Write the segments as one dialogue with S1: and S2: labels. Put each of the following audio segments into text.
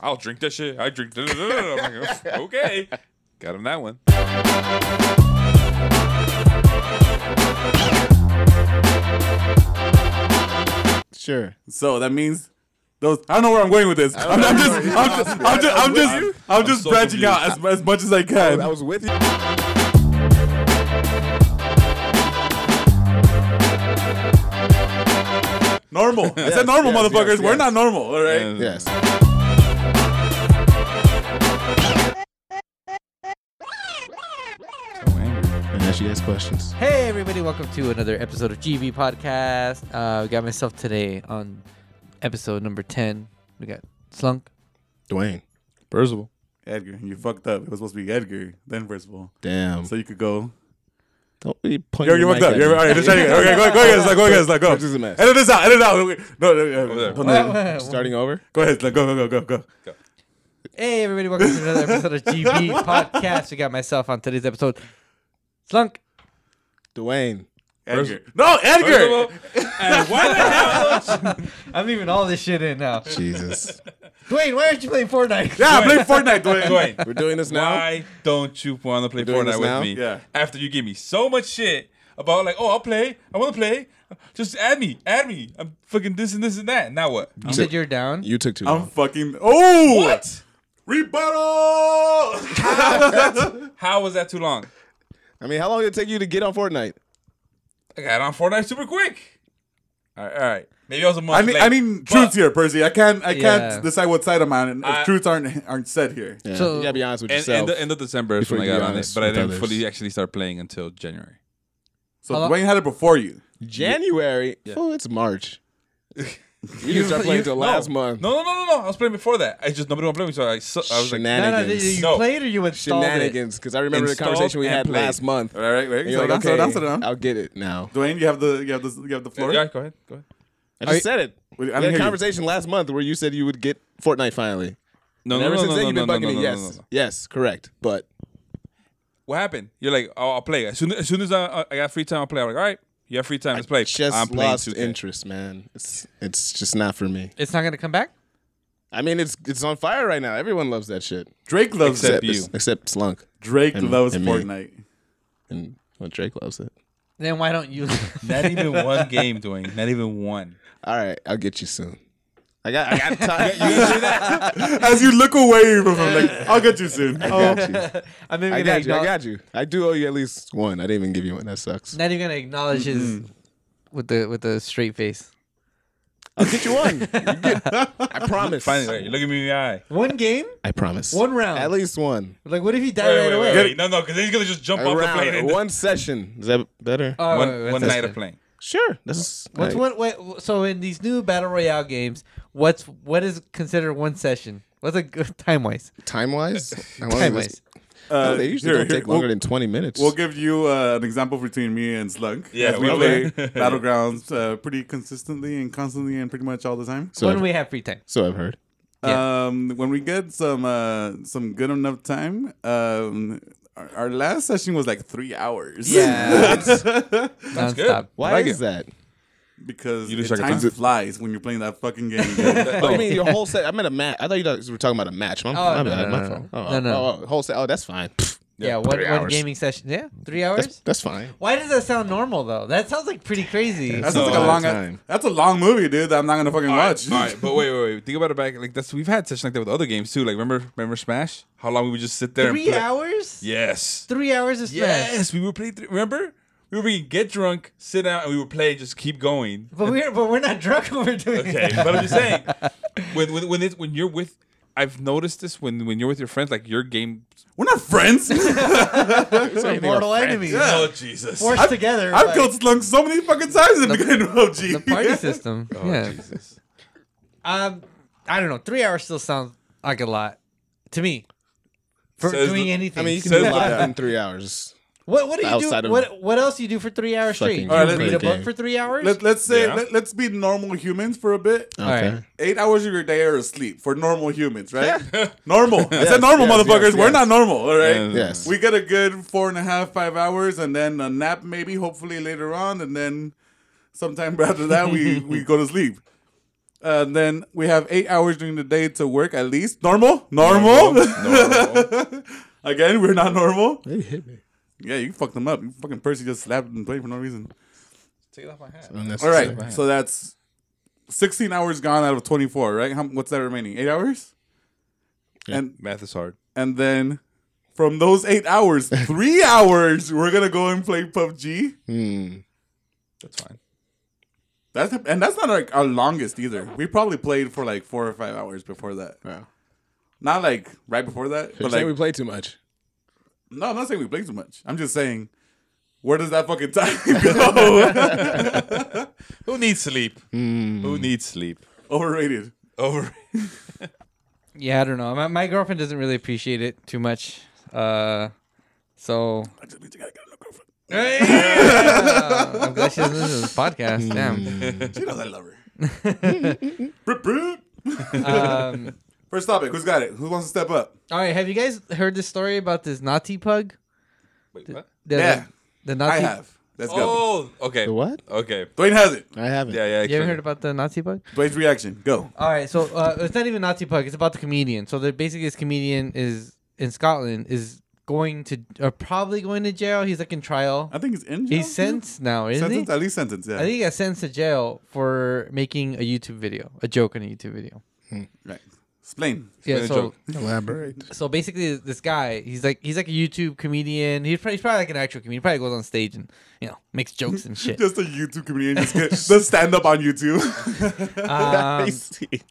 S1: I'll drink that shit. I drink. I'm like, okay, got him that one.
S2: Sure.
S3: So that means those. I don't know where I'm going with this. I'm, I'm just,
S2: where
S3: I'm just, I'm just, I'm just, I'm just
S1: so
S3: branching out as, as much as I can.
S2: I was with you.
S3: normal. I said normal,
S2: yes,
S3: motherfuckers.
S2: yes,
S3: We're
S2: yes.
S3: not normal. All right.
S1: And-
S2: Yes.
S1: So angry.
S2: And now she has questions.
S4: Hey everybody, welcome to another episode of GV Podcast. Uh, we got myself today on episode number ten. We got Slunk.
S2: Dwayne.
S1: Percival.
S3: Edgar, you fucked up. It was supposed to be Edgar, then Percival.
S2: Damn.
S3: So you could go.
S2: Don't be pointing
S3: You're, you
S2: your
S3: fucked
S2: mic
S3: up.
S2: at
S3: You're,
S2: me.
S3: all right, let's try it again. Okay, go, go ahead. Slack, Go ahead. Slack, Go.
S2: Which is a mess.
S3: Edit this out. Edit it out. Wait, No, no, no,
S1: there.
S3: don't edit.
S2: Starting over.
S3: Go ahead. Slack, Go, go, go, go, go.
S4: Hey everybody, welcome to another episode of GV Podcast. We got myself on today's episode. Slunk.
S2: Dwayne.
S3: Edgar. No, Edgar.
S1: Percival. And why the hell?
S4: I'm leaving all this shit in now.
S2: Jesus.
S4: Dwayne, why aren't you playing Fortnite?
S3: Yeah, play Fortnite. Dwayne.
S1: Dwayne,
S2: We're doing this now.
S1: Why don't you want to play
S2: doing this
S1: Fortnite with
S2: now?
S1: me?
S3: Yeah.
S1: After you give me so much shit about like, oh, I'll play. I want to play. Just add me. Add me. I'm fucking this and this and that. Now what?
S4: You said you're down.
S2: You took too
S3: I'm
S2: long.
S3: fucking. Oh,
S1: What?
S3: Rebuttal.
S1: How was that too long?
S2: I mean, how long did it take you to get on Fortnite?
S1: I got on Fortnite super quick. All right, all right. Maybe I was a month
S3: I need,
S1: late.
S3: I need
S1: but-
S3: truths here, Percy. I can't, I can't
S4: Yeah.
S3: decide what side I'm on. And
S1: I-
S3: truths aren't aren't set here.
S2: Yeah.
S4: So-
S2: you gotta be honest with
S1: And
S2: yourself.
S1: end, of, end of December is
S2: Before
S1: when I
S2: you
S1: got
S2: be
S1: on it,
S2: honest
S1: but I
S2: with
S1: didn't
S2: others.
S1: fully actually start playing until January.
S3: So
S4: Hello?
S3: Dwayne had it before you.
S2: January. Oh, it's March. you didn't start playing
S4: you-
S2: till last month.
S1: No, no, no, no, no. I was playing before that. I just nobody wanted to play me, so I, su- I was like,
S4: no, no, did
S2: Shenanigans.
S4: you
S1: No.
S4: played or you installed it?
S2: Shenanigans. Because I remember the
S1: Installed
S2: conversation we
S1: and
S2: had
S1: played.
S2: last month.
S3: All right, wait.
S2: And
S3: So
S2: you're
S3: down,
S2: like,
S3: so down,
S2: okay,
S3: so down.
S2: I'll get it now.
S3: Dwayne, you have the, you have the, you have the floor.
S1: Yeah, go ahead, go ahead.
S2: I
S4: Are you-
S2: just said it.
S3: Wait, I
S2: We
S3: didn't
S2: had
S3: hear
S2: a
S3: you.
S2: conversation last month where you said you would get Fortnite finally.
S1: No,
S2: And
S1: no,
S2: ever
S1: no,
S2: since
S1: no,
S2: then,
S1: no,
S2: you've been
S1: no,
S2: bugging
S1: no,
S2: me.
S1: no,
S2: yes,
S1: no, no, no.
S2: yes, correct. But
S1: What happened? You're like, oh, I'll play. As soon as soon as I, I got free time, I'll play. I'm like, all right, you have free time, let's play.
S2: just
S1: I'm playing
S2: lost
S1: 2K.
S2: interest, man. It's it's just not for me.
S4: It's not gonna come back.
S2: I mean, it's it's on fire right now. Everyone loves that shit.
S3: Drake loves
S1: Except
S3: it.
S2: Except
S1: you.
S2: except Slunk
S3: Drake
S2: And-
S3: loves
S2: and me.
S3: Fortnite.
S2: and well, Drake loves it.
S4: Then why don't you?
S1: Not even one game, doing. Not even one.
S2: All right, I'll get you soon. I got I got time.
S3: As you look away from him, like, I'll get you soon.
S2: I
S3: Oh.
S2: got you.
S4: I'm even
S2: I
S4: gonna
S2: got you. I
S4: acknowledge-
S2: got you. I do owe you at least one. I didn't even give you one. That sucks.
S4: Not even gonna acknowledge his with the with the straight face.
S2: I'll get you one. You get- I promise.
S1: Finally, wait, look at me in the eye.
S4: One game,
S2: I promise.
S4: one round.
S2: At least one.
S4: Like, what if he died
S1: Wait,
S4: right
S1: wait,
S4: away?
S1: wait, wait. No, no, because then he's gonna just jump
S2: A
S1: off the
S2: round,
S1: plane. And
S2: one session. Is that better?
S4: Oh,
S1: one,
S4: wait, wait,
S1: one
S4: that's
S1: night of
S4: good.
S1: playing.
S2: sure. That's
S4: What's
S2: I-
S4: one? Wait, so in these new battle royale games, what's what is considered one session? What's a good time wise?
S2: time wise?
S4: Time wise.
S3: Uh,
S2: they usually
S3: here,
S2: don't
S3: here,
S2: take longer
S3: we'll,
S2: than twenty minutes.
S3: We'll give you uh, an example between me and Slug.
S1: Yeah,
S3: As we play
S1: okay.
S3: Battlegrounds uh, pretty consistently and constantly and pretty much all the time.
S2: so,
S4: when
S2: I've,
S4: we have free time.
S2: so I've heard.
S4: Yeah.
S3: Um, when we get some uh, some good enough time, um, our, our last session was like three hours.
S4: That's
S1: good.
S2: Why
S1: Like
S2: is that?
S3: because
S1: You
S3: it
S1: lose track of
S3: time
S1: time.
S3: flies when you're playing that fucking game. dude.
S2: I mean, your whole set. I meant a match. I thought you guys were talking about a match. My,
S4: Oh,
S2: my
S4: no,
S2: bad.
S4: no,
S2: my
S4: no,
S2: fault.
S4: no.
S2: Oh,
S4: No, no.
S2: Oh, oh, whole set. Oh, that's fine. Pff,
S4: Yeah, one,
S2: three
S4: one
S2: hours.
S4: gaming session. Yeah, three hours.
S2: That's, that's fine.
S4: Why does that sound normal though? That sounds like pretty crazy.
S3: that
S2: So-
S3: sounds like a long.
S2: Time.
S3: That's a long movie, dude. That I'm not gonna fucking
S1: All right,
S3: watch.
S1: all right, but wait, wait, wait. Think about it back. Like that's we've had sessions like that with other games too. Like remember, remember Smash? How long we would just sit there?
S4: Three
S1: and play.
S4: hours.
S1: Yes.
S4: Three hours of smash.
S1: Yes, we would play. Th- remember, we would be- get drunk, sit down, and we would play. Just keep going.
S4: But we're but we're not drunk when we're doing
S1: Okay,
S4: that.
S1: but I'm just saying, when when when, it's, when you're with, I've noticed this when when you're with your friends, like your game.
S3: We're not friends.
S4: We're mortal enemies.
S1: Oh Jesus!
S4: Forced
S3: I've-
S4: together.
S3: I've
S4: by
S3: killed Slunk so many fucking times in the beginning of OG.
S4: the party system.
S1: Oh,
S4: yeah.
S1: Jesus.
S4: Um, I don't know. Three hours still sounds like a lot to me for
S1: Says
S4: doing
S1: the-
S4: anything.
S2: I mean, you can
S1: Says
S2: do a lot
S1: that.
S2: in three hours.
S4: what what do you
S2: outside
S4: do?
S2: of
S4: What what else you do for three hours
S2: fucking
S4: straight? You
S2: All
S3: right,
S4: read
S3: let's-
S4: a book
S2: game.
S4: for three hours.
S3: Let, let's say
S1: Yeah.
S3: let, let's be normal humans for a bit.
S4: All right.
S3: Eight hours of your day are asleep for normal humans, right? normal. I said normal,
S2: yes,
S3: motherfuckers.
S2: yes,
S3: We're
S2: yes.
S3: not normal, all right?
S1: Yeah.
S2: Yes.
S3: We get a good four and a half, five hours, and then a nap maybe, hopefully later on, and then sometime after that we we go to sleep. Uh, then we have eight hours during the day to work at least. Normal, normal. Again, we're not normal.
S2: They hit me.
S3: Yeah, you fucked them up. You fucking Percy just slapped and played for no reason.
S5: Take it off my hat.
S3: All right, so that's sixteen hours gone out of twenty-four. Right? How, what's that remaining? Eight hours. And
S1: Math is hard.
S3: and then from those eight hours, three hours, we're gonna go and play PUBG.
S2: Hmm.
S1: That's fine.
S3: That's and that's not like our longest either. We probably played for like four or five hours before that.
S2: Wow.
S3: Not like right before that,
S2: You're
S3: but
S2: saying
S3: like
S2: we play too much.
S3: no, I'm not saying we played too much. I'm just saying, where does that fucking time go?
S5: Who needs sleep? Who needs sleep?
S3: Overrated.
S5: Over.
S4: Yeah, I don't know. My, my girlfriend doesn't really appreciate it too much. Uh, so
S3: I just means you gotta get a new girlfriend.
S4: uh, I'm glad she doesn't listen to this podcast.
S2: Hmm.
S4: Damn.
S3: She knows I love her. Brip, brip.
S4: Um,
S3: First topic. Who's got it? Who wants to step up?
S4: all right, have you guys heard this story about this naughty pug?
S5: Wait, what?
S4: The,
S3: Yeah.
S4: The
S3: I
S4: naughty.
S3: have. Let's
S5: Oh,
S3: go.
S5: okay.
S2: The what?
S5: Okay.
S3: Dwayne has it.
S2: I haven't.
S5: Yeah, yeah.
S4: You ever heard about the Nazi pug?
S3: Dwayne's reaction. Go.
S4: All right, so uh, it's not even Nazi pug. It's about the comedian. So the basically this comedian is in Scotland is going to or probably going to jail. He's like in trial.
S3: I think it's in. jail.
S4: He's sentenced now, isn't
S3: Sentence,
S4: he?
S3: at least sentence. Yeah.
S4: I think he got sentenced to jail for making a YouTube video, a joke on a YouTube video.
S3: right. Explain.
S4: Yeah,
S5: a
S4: so
S5: joke.
S2: Elaborate.
S4: so basically this guy, he's like he's like a YouTube comedian. He's probably, he's probably like an actual comedian. He probably goes on stage and you know makes jokes and shit.
S3: Just a YouTube comedian. Just get the stand up on YouTube.
S4: Um,
S2: Crazy.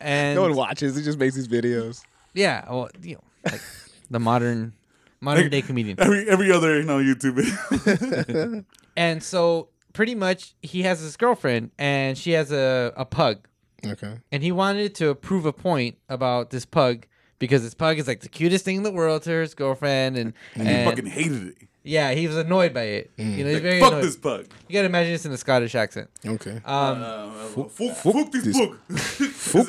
S4: and
S2: no one watches. He just makes these videos.
S4: yeah, well, you know, like the modern modern day comedian.
S3: every every other you know YouTube. video.
S4: And so pretty much he has his girlfriend and she has a, a pug.
S2: Okay.
S4: And he wanted to prove a point about this pug because this pug is like the cutest thing in the world to his girlfriend and,
S3: he
S4: and-
S3: fucking hated it.
S4: yeah, he was annoyed by it. You know, he's very
S3: Fuck
S4: annoyed.
S3: this pug.
S4: You gotta imagine this in a Scottish accent.
S2: Okay.
S4: Um
S3: Uh, Fuck, fuck this
S2: this-
S3: pug.
S2: fuck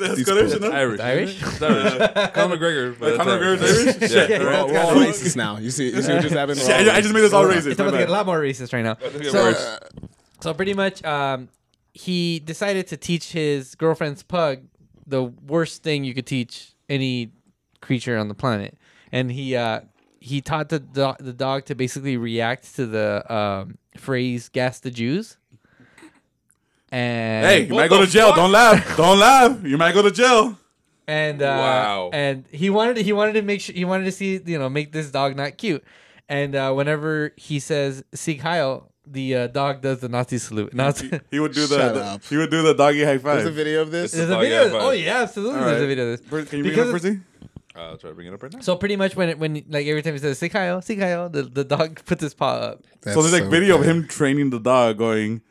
S3: Is it
S2: this
S3: Scottish
S2: pug.
S3: or not?
S1: Irish.
S4: Irish?
S1: It's Irish. Conor McGregor. but
S3: Conor
S1: that's
S3: McGregor's Irish? Shit,
S1: Yeah.
S3: we're all-
S1: That's
S3: we're all
S2: All
S3: racist.
S2: racist now. You see, you see what just happened?
S3: Shit, I I just made this all racist.
S4: it's
S3: my
S4: about to get a
S3: bad.
S4: lot more racist right now.
S5: think it
S4: So,
S5: works.
S4: so pretty much, um, he decided to teach his girlfriend's pug the worst thing you could teach any creature on the planet, and he uh, he taught the do- the dog to basically react to the um, phrase "gas the Jews." And
S3: Hey, you
S5: What
S3: might go
S5: the
S3: to jail.
S5: fuck?
S3: Don't laugh. Don't laugh. You might go to jail.
S4: and uh,
S5: Wow.
S4: and he wanted to, he wanted to make sure he wanted to see you know make this dog not cute, and uh, whenever he says "Sieg Heil," the uh, dog does the Nazi salute. Nazi.
S3: He would do the,
S2: Shut
S3: the
S2: up.
S3: he would do the doggy high
S2: There's a
S3: five.
S2: video of this.
S4: There's a
S5: Oh,
S4: video.
S5: yeah, but-
S4: oh yeah, absolutely.
S3: All
S4: There's a
S3: right.
S4: video of this.
S3: Per- Can you bring it
S4: Because
S3: up, Percy?
S5: Uh, I'll try to bring it up right now.
S4: So pretty much when it, when like every time he says "Sikayo, Sikayo," the the dog puts his paw up.
S3: So there's like video of him training the dog, going,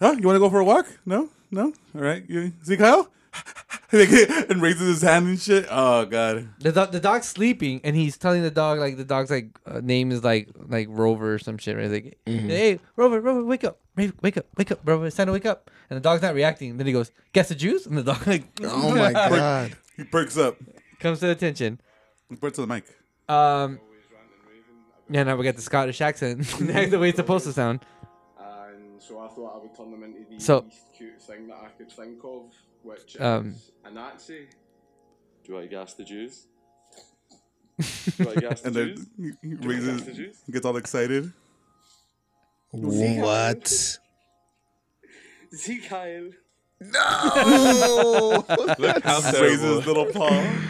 S3: "Huh? You want to go for a walk? No, no. All right. You see Kyle?" Like, and raises his hand and shit. Oh god.
S4: The dog the dog's sleeping and he's telling the dog like the dog's like uh, name is like like Rover or some shit. Right? He's Like hey Rover, Rover, wake up. Ra- Wake up, wake up, Rover! It's time to wake up. And the dog's not reacting. Then he goes, "Guess the Jews." And the dog like
S2: Oh my god.
S3: He perks up.
S4: comes to attention.
S3: He perks to the mic.
S4: Um, yeah, now we got the Scottish accent. That's the way it's supposed to sound.
S6: and so I thought I would turn them into the
S4: So-
S6: least cute thing that I could think of, which
S4: Um.
S6: is a Nazi. Do I gas the Jews? Do I gas the
S3: And
S6: Jews?
S3: then he, he
S6: gas the
S3: raises,
S6: juice?
S3: he gets all excited.
S2: What?
S6: Sieg Heil.
S5: Look how
S3: Raises
S5: terrible.
S3: his little paw.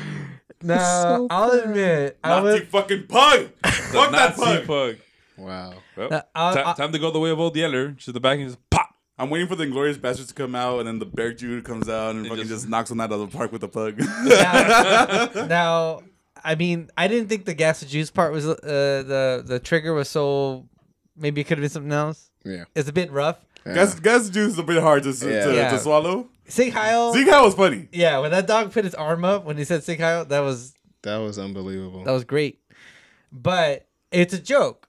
S4: No, I'll admit, I
S3: Nazi
S4: was.
S3: fucking pug. Fuck that
S5: Nazi
S3: pug.
S5: pug.
S2: Wow.
S5: Well,
S4: No, I'll-
S5: ti-
S4: I'll-
S5: time to go the way of old yeller. To the back and just pop.
S3: I'm waiting for the Inglorious Bastards to come out, and then the Bear Jude comes out and fucking
S5: just-
S3: just knocks him out of the park with a pug.
S4: now, now, I mean, I didn't think the gas and juice part was uh, the the trigger was so. Maybe it could have been something else.
S2: Yeah.
S4: It's a bit rough.
S3: Gas Gas Juice is a bit hard to to,
S2: Yeah.
S3: to,
S4: Yeah.
S3: to swallow.
S4: Sig Heil.
S3: Zeke Howe was funny.
S4: yeah, when that dog put his arm up when he said Sig Heil, that was
S2: That was unbelievable.
S4: that was great. But it's a joke.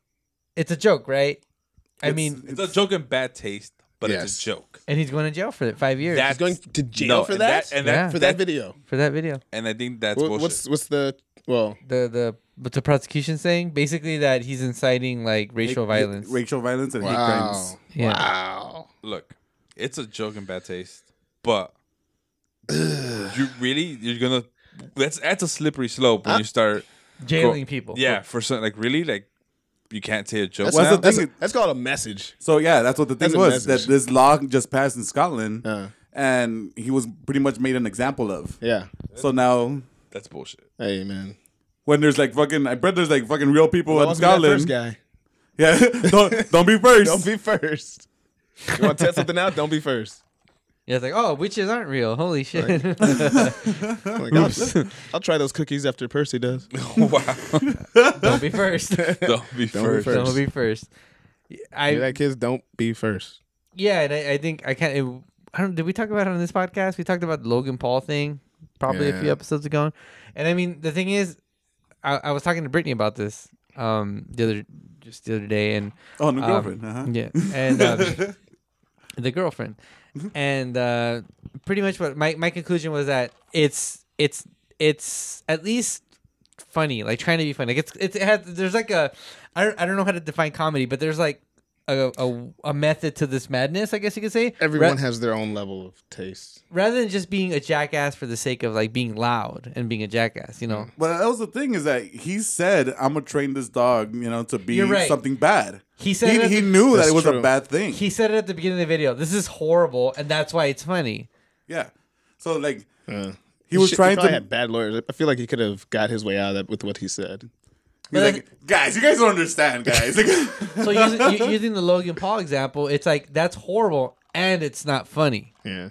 S4: It's a joke, right? I mean,
S5: It's a joke in bad taste, but it's
S2: Yes.
S5: a joke.
S4: and he's going to jail for it. Five years
S5: That's
S2: going to jail
S5: no,
S2: for
S5: and
S2: that?
S5: and
S4: Yeah.
S5: that,
S2: for that video.
S4: for that video.
S5: and I think that's
S2: Wha-
S5: bullshit.
S2: What's what's the well?
S4: The the but the prosecution saying basically that he's inciting like racial violence.
S3: Racial violence and hate
S2: Wow.
S3: crimes.
S4: Yeah.
S2: Wow.
S5: Look, it's a joke in bad taste, but you really you're gonna that's that's a slippery slope
S2: Ah.
S5: when you start
S4: Jailing
S5: go-
S4: people.
S5: Yeah, for something like really like you can't say a joke.
S2: That's,
S3: Well,
S2: not,
S3: that's the
S2: that's,
S3: thing.
S2: that's called a message.
S3: So yeah, that's what the thing
S2: That's a
S3: was that
S2: message.
S3: this law just passed in Scotland,
S2: Uh.
S3: and he was pretty much made an example of.
S2: Yeah.
S3: So now,
S5: That's bullshit.
S2: Hey man.
S3: when there's like fucking, I bet there's like fucking real people in
S2: Don't be that
S3: Scotland.
S2: first guy.
S3: Yeah, don't don't be first.
S2: Don't be first. You want to test something out? Don't be first.
S4: Yeah, it's like, oh, witches aren't real. Holy shit.
S2: I'm like, I'll, Oh I'll try those cookies after Percy does.
S5: wow.
S4: Don't be first.
S5: Don't be
S2: Don't be
S5: first.
S2: first.
S4: Don't be first. I
S2: Hear that kids don't be first.
S4: yeah, and I, I think I can't. It, I don't. Did we talk about it on this podcast? We talked about the Logan Paul thing probably a few
S2: Yeah.
S4: episodes ago, and I mean the thing is, I, I was talking to Brittany about this um the other just the other day, and
S3: Oh, new
S4: Um,
S3: girlfriend. uh-huh.
S4: Yeah, and um, the girlfriend, and uh, pretty much what my, my conclusion was that it's it's it's at least funny, like trying to be funny. Like it's it's it has there's like a I don't, I don't know how to define comedy, but there's like a, a, a method to this madness, I guess you could say.
S2: Everyone
S4: Ra-
S2: has their own level of taste.
S4: rather than just being a jackass for the sake of like being loud and being a jackass, you know.
S3: But that was the thing is that he said, "I'm gonna train this dog, you know, to be
S4: You're right.
S3: something bad."
S4: He said
S3: he,
S4: that-
S3: he knew that
S2: That's
S3: it was a
S2: true.
S3: bad thing.
S4: He said it at the beginning of the video. This is horrible, and that's why it's funny.
S3: yeah. So like
S2: Uh,
S3: he was
S2: should-
S3: trying
S2: probably
S3: to.
S2: had bad lawyers. I feel like he could have got his way out of that with what he said.
S3: he's like, guys, you guys don't understand, guys.
S4: So using, u- using the Logan Paul example, it's like that's horrible and it's not funny.
S2: Yeah,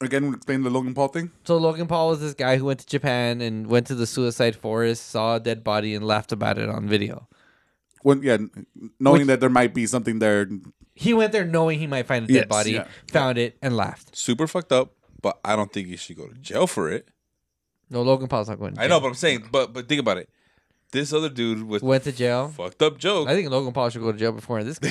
S3: Again, explain the Logan Paul thing.
S4: So Logan Paul was this guy who went to Japan and went to the suicide forest, saw a dead body, and laughed about it on video.
S3: When yeah, knowing that there might be something there.
S4: He went there knowing he might find a dead
S2: Yes,
S4: body,
S3: yeah.
S4: found it, and laughed.
S5: Super fucked up, but I don't think you should go to jail for it.
S4: No, Logan Paul's not going. To
S5: I know, but I'm saying, but but think about it. This other dude with
S4: went to jail.
S5: fucked up joke.
S4: I think Logan Paul should go to jail before this guy.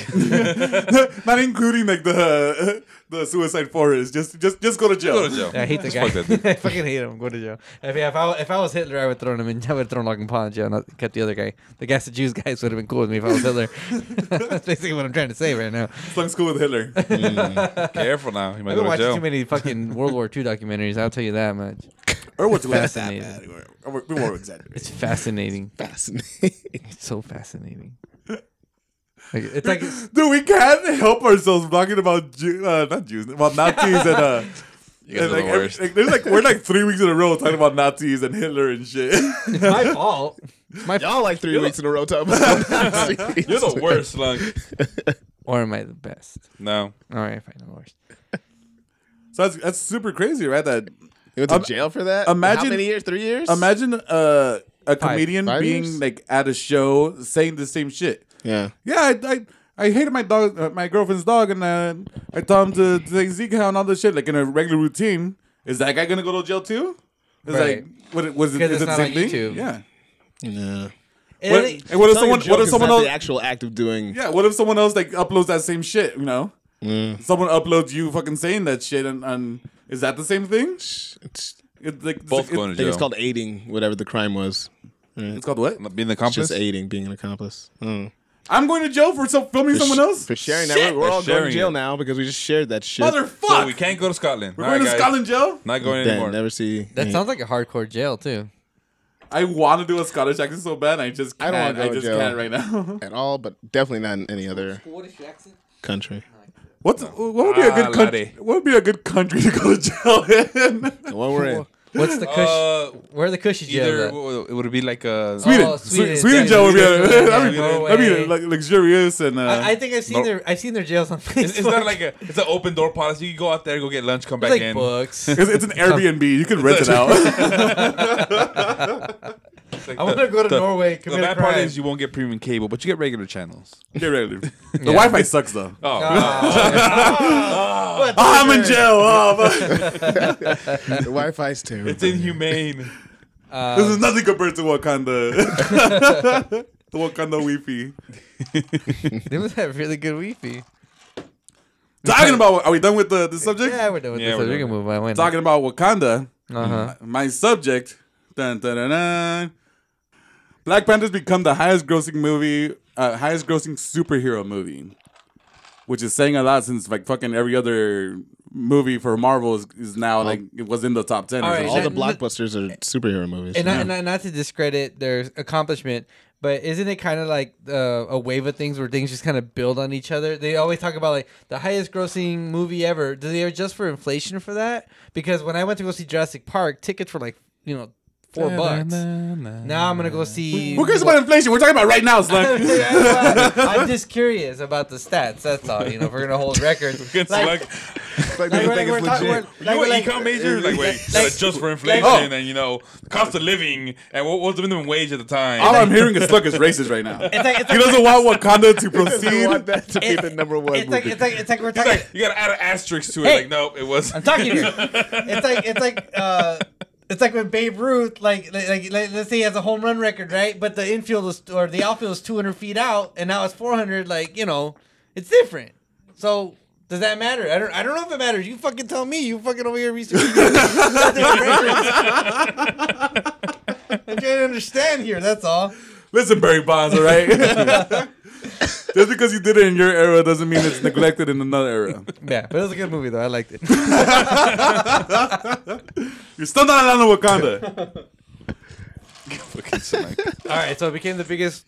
S3: Not including like the the suicide forest. Just just just go to jail.
S5: go to jail.
S4: I hate the
S5: Just
S4: guy.
S5: Fuck that dude.
S4: I fucking hate him. Go to jail. If, if, I, if I was Hitler, I would throw him in. I would have thrown Logan Paul in jail and not- kept the other guy. The guys, the Jews guys, would have been cool with me if I was Hitler. That's basically what I'm trying to say right now.
S3: Sounds cool with Hitler.
S5: Careful now. He might
S4: I've been
S5: go to
S4: watching
S5: jail.
S4: too many fucking World War II documentaries. I'll tell you that much.
S3: or what's less that
S4: Fascinating.
S3: bad? Or- or- We won't exaggerate.
S4: It's fascinating.
S2: fascinating.
S4: It's so fascinating. Like, it's like it's,
S3: Dude, we can't help ourselves talking about Jew, uh, not Jews, about Nazis and uh,
S5: You guys
S3: and,
S5: are
S3: like,
S5: the
S3: every-
S5: worst.
S3: like, there's like we're like three weeks in a row talking about Nazis and Hitler and shit.
S4: it's my fault. It's my fault.
S2: Y'all like 3 weeks in a row talking about Nazis.
S5: You're the worst, Lung.
S4: Or am I the best?
S5: No.
S4: All right, fine, I'm the worst.
S3: so that's that's super crazy, right? That
S2: You went to
S3: Um,
S2: jail for that.
S3: imagine-
S2: how many years? Three years.
S3: imagine uh, a comedian
S2: Five
S3: being
S2: years?
S3: like at a show saying the same shit.
S2: Yeah.
S3: Yeah, I. I I hated my dog, uh, my girlfriend's dog, and uh, I told him to, to take Zika and all this shit, like in a regular routine. Is that guy gonna go to jail too? It's
S4: Right.
S3: like, what, was it,
S4: 'Cause
S3: is
S4: it's
S3: it the
S4: not
S3: same
S4: on
S3: thing?
S4: YouTube.
S3: Yeah.
S2: Yeah.
S3: What,
S4: And I think-
S3: and what if someone,
S2: Telling a joke
S3: what if
S2: is
S3: someone
S2: not
S3: else,
S2: The actual act of doing.
S3: Yeah, what if someone else like uploads that same shit? You know,
S2: Mm.
S3: someone uploads you fucking saying that shit, and, and is that the same thing?
S2: It's,
S3: It's like
S5: Both
S3: it's,
S5: going
S2: I
S5: to
S2: think
S5: jail.
S2: it's called aiding whatever the crime was.
S3: It's called what?
S5: Being the
S2: It's
S5: accomplice.
S2: just aiding, being an accomplice. Mm.
S3: I'm going to jail for so, filming someone else.
S2: for sharing
S5: Shit.
S2: that. We're, we're
S5: For
S2: all going to
S5: sharing
S2: jail
S5: it.
S2: now because we just shared that shit.
S3: Motherfuck!
S5: So we can't go to Scotland.
S3: We're
S5: All
S3: going
S5: right,
S3: to
S5: guys.
S3: Scotland jail.
S5: Not going
S2: Damn,
S5: anymore.
S2: never see.
S4: that sounds like a hardcore jail too.
S3: I want to do a Scottish accent so bad. I just can't.
S2: I don't
S3: I,
S2: wanna go to
S3: just
S2: jail.
S3: can't right now.
S2: at all, but definitely not in any other
S4: What is your accent?
S2: country.
S3: What's what would be a
S5: Ah,
S3: good country?
S5: laddie.
S3: What would be a good country to go to jail in?
S2: The one we're in.
S4: What's the cush?
S5: Uh,
S4: Where are the cushy
S5: either
S4: jail?
S5: it would- it would be like a
S3: Sweden,
S4: Oh,
S3: Sweden,
S4: Sweden,
S3: Sweden
S4: Sweden,
S3: jail would be. a-
S4: Sweden,
S3: That'd be,
S4: Norway.
S3: that'd be like, luxurious and. Uh,
S4: I, I think I've seen
S5: Nor-
S4: their I've seen their jails on Facebook.
S5: It's, it's not like a. It's an open door policy. You go out there, go get lunch, come
S4: It's
S5: back
S4: like
S5: in.
S4: books.
S3: it's, it's an Airbnb. You can rent it out.
S5: It's like
S4: I want
S5: the-
S4: to go to
S5: the-
S4: Norway.
S5: The
S4: Commit a
S5: bad part
S4: crime.
S5: is you won't get premium cable, but you get regular channels.
S3: Get ready. The Wi-Fi sucks though.
S5: Oh,
S4: What
S3: Oh, I'm in jail. Oh, fuck.
S2: The Wi-Fi is terrible.
S5: it's inhumane.
S4: Um,
S3: this is nothing compared to Wakanda. the Wakanda Weepy.
S4: They must have really good weepy.
S3: Talking about, are we done with the, the subject?
S4: Yeah, we're done with
S5: Yeah, we're
S4: this. We can
S5: done.
S4: move on. Why not?
S3: Talking about Wakanda,
S4: Uh-huh.
S3: my subject. Dun, dun, dun, dun. Black Panther's become the highest grossing movie, uh, highest grossing superhero movie, which is saying a lot since like fucking every other movie for Marvel is, is now like it was in the top ten.
S4: All
S3: It's
S4: right,
S3: all
S2: All
S4: that-
S2: the blockbusters are superhero movies.
S4: and, not, and not, not to discredit their accomplishment, but isn't it kind of like uh, a wave of things where things just kind of build on each other? They always talk about like the highest grossing movie ever. Do they adjust for inflation for that? Because when I went to go see Jurassic Park, tickets were like you know four bucks. Now I'm gonna go see.
S3: who cares about inflation? We're talking about right now, Slug.
S4: That's why I'm just curious about the stats. That's all. You know, if we're gonna hold records,
S5: Good
S4: like,
S5: luck.
S4: like, we're, like, we're talking- we're- like,
S5: you
S4: we're,
S5: an
S4: like-
S5: econ major? Like, wait,
S4: like-
S5: just for inflation
S3: Oh.
S5: and you know cost of living and what was the minimum wage at the time?
S3: all I'm hearing is Slug is racist right now.
S4: it's like- it's
S3: He
S4: like-
S3: doesn't want Wakanda to
S2: I want
S3: proceed.
S2: that to be the number one
S4: it's like
S2: movie.
S4: it's like it's like we're
S5: It's
S4: talking.
S5: like, you gotta add an asterisk to it.
S4: Hey.
S5: like, nope, it was.
S4: I'm talking to you. It's like it's like uh, it's like when Babe Ruth, like like, like like, let's say he has a home run record, right? But the infield is, or the outfield is 200 feet out, and now it's 400. Like you know, it's different. So does that matter? I don't I don't know if it matters. You fucking tell me. You fucking over here researching. goddamn records. I'm trying to understand here. That's all.
S3: Listen, Barry Bonds, all right? Just because you did it in your era doesn't mean it's neglected in another era.
S4: Yeah, but it was a good movie though. I liked it.
S3: You're still not allowed in Wakanda.
S4: all right, so it became the biggest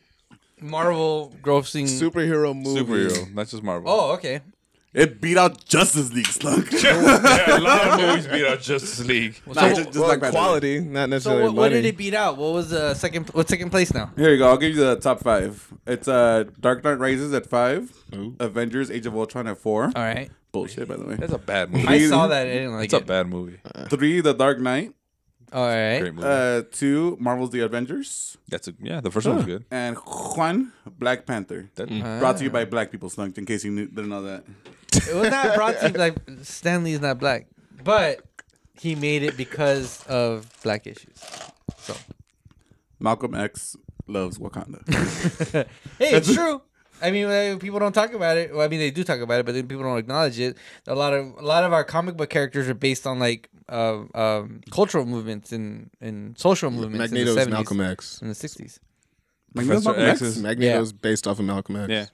S4: Marvel grossing.
S2: superhero movie.
S1: Superhero, not just Marvel.
S4: oh, okay.
S3: It beat out Justice League, Slug.
S1: Oh.
S5: yeah, a lot of movies beat out Justice League.
S2: Nah,
S4: So-
S2: just, just
S3: well,
S2: like quality, not
S4: So
S2: necessarily
S4: what, what did
S2: money.
S4: it beat out? What was the second? What's second place now?
S3: Here you go. I'll give you the top five. It's uh, Dark Knight Rises at five,
S2: Ooh.
S3: Avengers Age of Ultron at four.
S4: All right,
S3: Bullshit, by the way.
S1: That's a bad movie.
S4: I saw that. I didn't like
S1: It's a
S4: it.
S1: bad movie.
S3: Three, The Dark Knight.
S4: All right,
S1: Great movie.
S3: Uh, two, Marvel's The Avengers.
S1: That's a, yeah. The first one was good.
S3: And Juan, Black Panther.
S1: That,
S3: Brought to you by black people, Slug, in case you knew, didn't know that.
S4: it was not brought to you like Stanley is not black, but he made it because of black issues. So
S3: Malcolm X loves Wakanda.
S4: hey, it's true. I mean, uh, people don't talk about it. Well, I mean, they do talk about it, but then people don't acknowledge it. A lot of a lot of our comic book characters are based on like uh, um, cultural movements and and social movements. in
S2: Magneto's
S4: the Mm. 70s,
S2: Malcolm X.
S4: in the sixties.
S3: Like,
S1: Professor
S3: Malcolm X
S1: X is-
S3: is-
S2: Magneto's based off of Malcolm X.
S1: yeah.